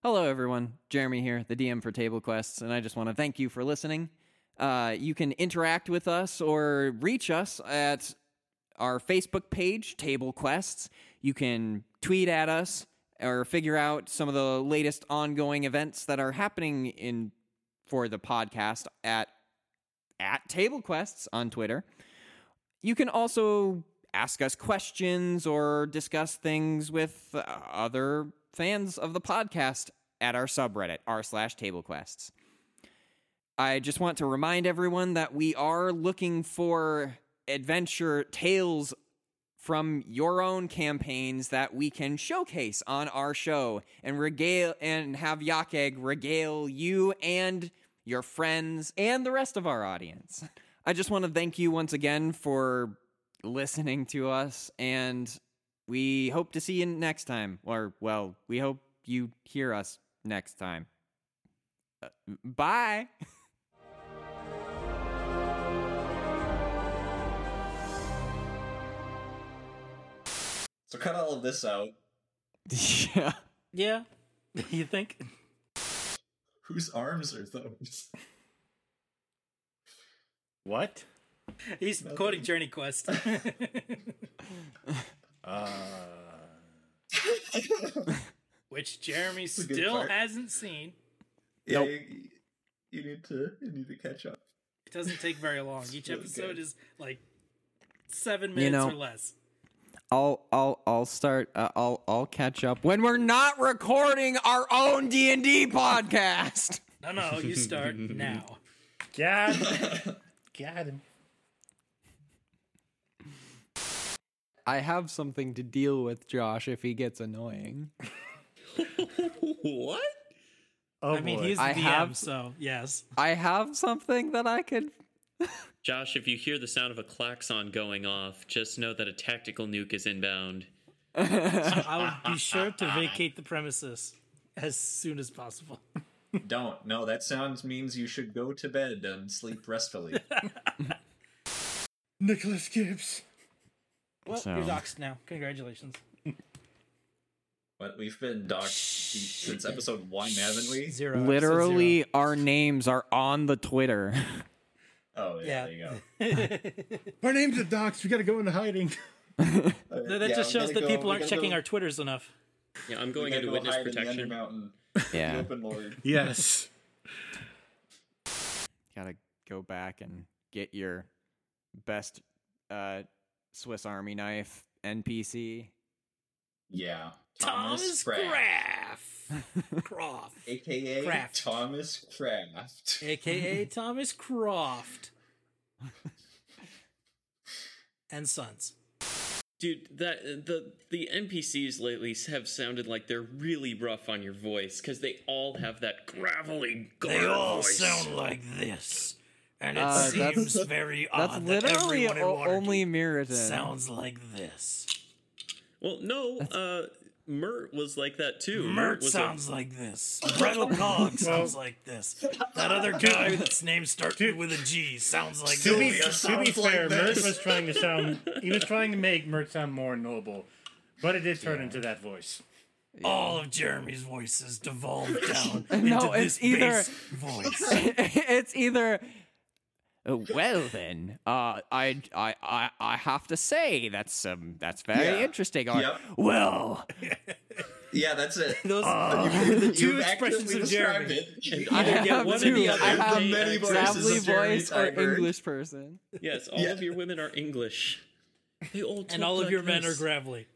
Speaker 3: Hello, everyone. Jeremy here, the DM for Table Quests, and I just want to thank you for listening. Uh, you can interact with us or reach us at our Facebook page, Table Quests. You can tweet at us or figure out some of the latest ongoing events that are happening in for the podcast at at Table Quests on Twitter. You can also ask us questions or discuss things with uh, other fans of the podcast at our subreddit r slash table quests i just want to remind everyone that we are looking for adventure tales from your own campaigns that we can showcase on our show and regale and have yakeg regale you and your friends and the rest of our audience i just want to thank you once again for listening to us and we hope to see you next time or well we hope you hear us next time Uh, bye
Speaker 7: So cut all of this out.
Speaker 3: yeah
Speaker 4: Yeah, you think?
Speaker 7: Whose arms are those?
Speaker 5: What?
Speaker 10: He's quoting Journey Quest.
Speaker 5: Uh,
Speaker 10: which Jeremy
Speaker 7: good
Speaker 10: still
Speaker 7: part.
Speaker 10: hasn't seen.
Speaker 7: Yeah, you, you need to you need to catch up.
Speaker 10: It doesn't take very long. Each
Speaker 7: really
Speaker 10: episode
Speaker 7: good.
Speaker 10: is like seven minutes
Speaker 3: You
Speaker 10: or
Speaker 3: know-
Speaker 10: less.
Speaker 3: i'll i'll i'll start uh, i'll i'll catch up when we're not recording our own d&d podcast
Speaker 10: No, no, you start now.
Speaker 5: got him. got him.
Speaker 3: i have something to deal with josh if he gets annoying
Speaker 6: what?
Speaker 5: Oh,
Speaker 4: I mean,
Speaker 5: boy.
Speaker 4: he's the
Speaker 3: I
Speaker 4: DM,
Speaker 3: have-
Speaker 4: so yes.
Speaker 3: i have something that i could
Speaker 6: Josh, if you hear the sound of a klaxon going off, just know that a tactical nuke is inbound.
Speaker 4: I will be sure to vacate the premises as soon as possible.
Speaker 7: Don't. No, that sounds means you should go to bed and sleep restfully.
Speaker 5: Nicholas Gibbs.
Speaker 4: Well,
Speaker 3: So-
Speaker 4: you're doxxed now. Congratulations.
Speaker 7: but we've been docked since episode one, haven't we?
Speaker 4: Zero. episode
Speaker 3: literally our names are on the twitter
Speaker 7: Oh yeah,
Speaker 4: Yeah.
Speaker 7: there you go.
Speaker 5: My name's the docs. We gotta go into hiding.
Speaker 4: zero. That
Speaker 7: Yeah,
Speaker 4: just
Speaker 7: we
Speaker 4: shows
Speaker 7: gotta
Speaker 4: that
Speaker 7: go-
Speaker 4: people
Speaker 7: we
Speaker 4: aren't
Speaker 7: gotta
Speaker 4: checking
Speaker 7: go-
Speaker 4: our Twitters enough.
Speaker 6: Yeah, I'm
Speaker 7: we
Speaker 6: going into
Speaker 7: gotta go
Speaker 6: witness
Speaker 7: hide in the
Speaker 6: protection.
Speaker 7: Undermountain, the
Speaker 3: yeah
Speaker 7: open lord.
Speaker 5: Yes.
Speaker 3: gotta go back and get your best uh, Swiss Army knife NPC.
Speaker 7: Yeah,
Speaker 4: Thomas Graff. Croft.
Speaker 7: aka
Speaker 4: Kraft.
Speaker 7: Thomas Craft.
Speaker 4: AKA Thomas Croft. and Sons.
Speaker 6: Dude, that the the NPCs lately have sounded like they're really rough on your voice because they all have that gravelly guard voice.
Speaker 4: like this. And it
Speaker 3: Uh, that's-
Speaker 4: very
Speaker 3: That's
Speaker 4: that
Speaker 3: literally
Speaker 4: everyone in
Speaker 3: o-
Speaker 4: Waterdeep
Speaker 3: only Mirrodin.
Speaker 4: like this.
Speaker 6: Well, no, uh, Mert was like that too.
Speaker 4: Mert
Speaker 6: was a-
Speaker 4: sounds like this. Brettle Cog sounds like this. That other guy that's name started with a G sounds like
Speaker 5: to be,
Speaker 4: this.
Speaker 5: to be fair, Mert was trying to sound. He was trying to make Mert sound more noble, but it did turn into that voice.
Speaker 4: All of Jeremy's voices devolved down
Speaker 3: No,
Speaker 4: into
Speaker 3: it's
Speaker 4: this
Speaker 3: either-
Speaker 4: bass voice.
Speaker 3: it's either. "Uh, Well then, uh, I, I I I have to say that's um that's very
Speaker 7: Yeah.
Speaker 3: interesting. Or,
Speaker 7: Yep.
Speaker 3: Well,
Speaker 7: Yeah, that's it.
Speaker 4: Those
Speaker 7: Two
Speaker 4: expressions of Jeremy.
Speaker 3: I have
Speaker 6: one or
Speaker 3: to-
Speaker 6: the other.
Speaker 3: I have
Speaker 6: The many
Speaker 3: an
Speaker 7: voices of
Speaker 3: Exably
Speaker 7: Jeremy
Speaker 3: voice or
Speaker 7: Steinberg.
Speaker 3: English person.
Speaker 6: Yes, all of your women are English. They all
Speaker 4: and
Speaker 6: talk
Speaker 4: all of
Speaker 6: like
Speaker 4: your men are
Speaker 6: this.
Speaker 4: gravelly.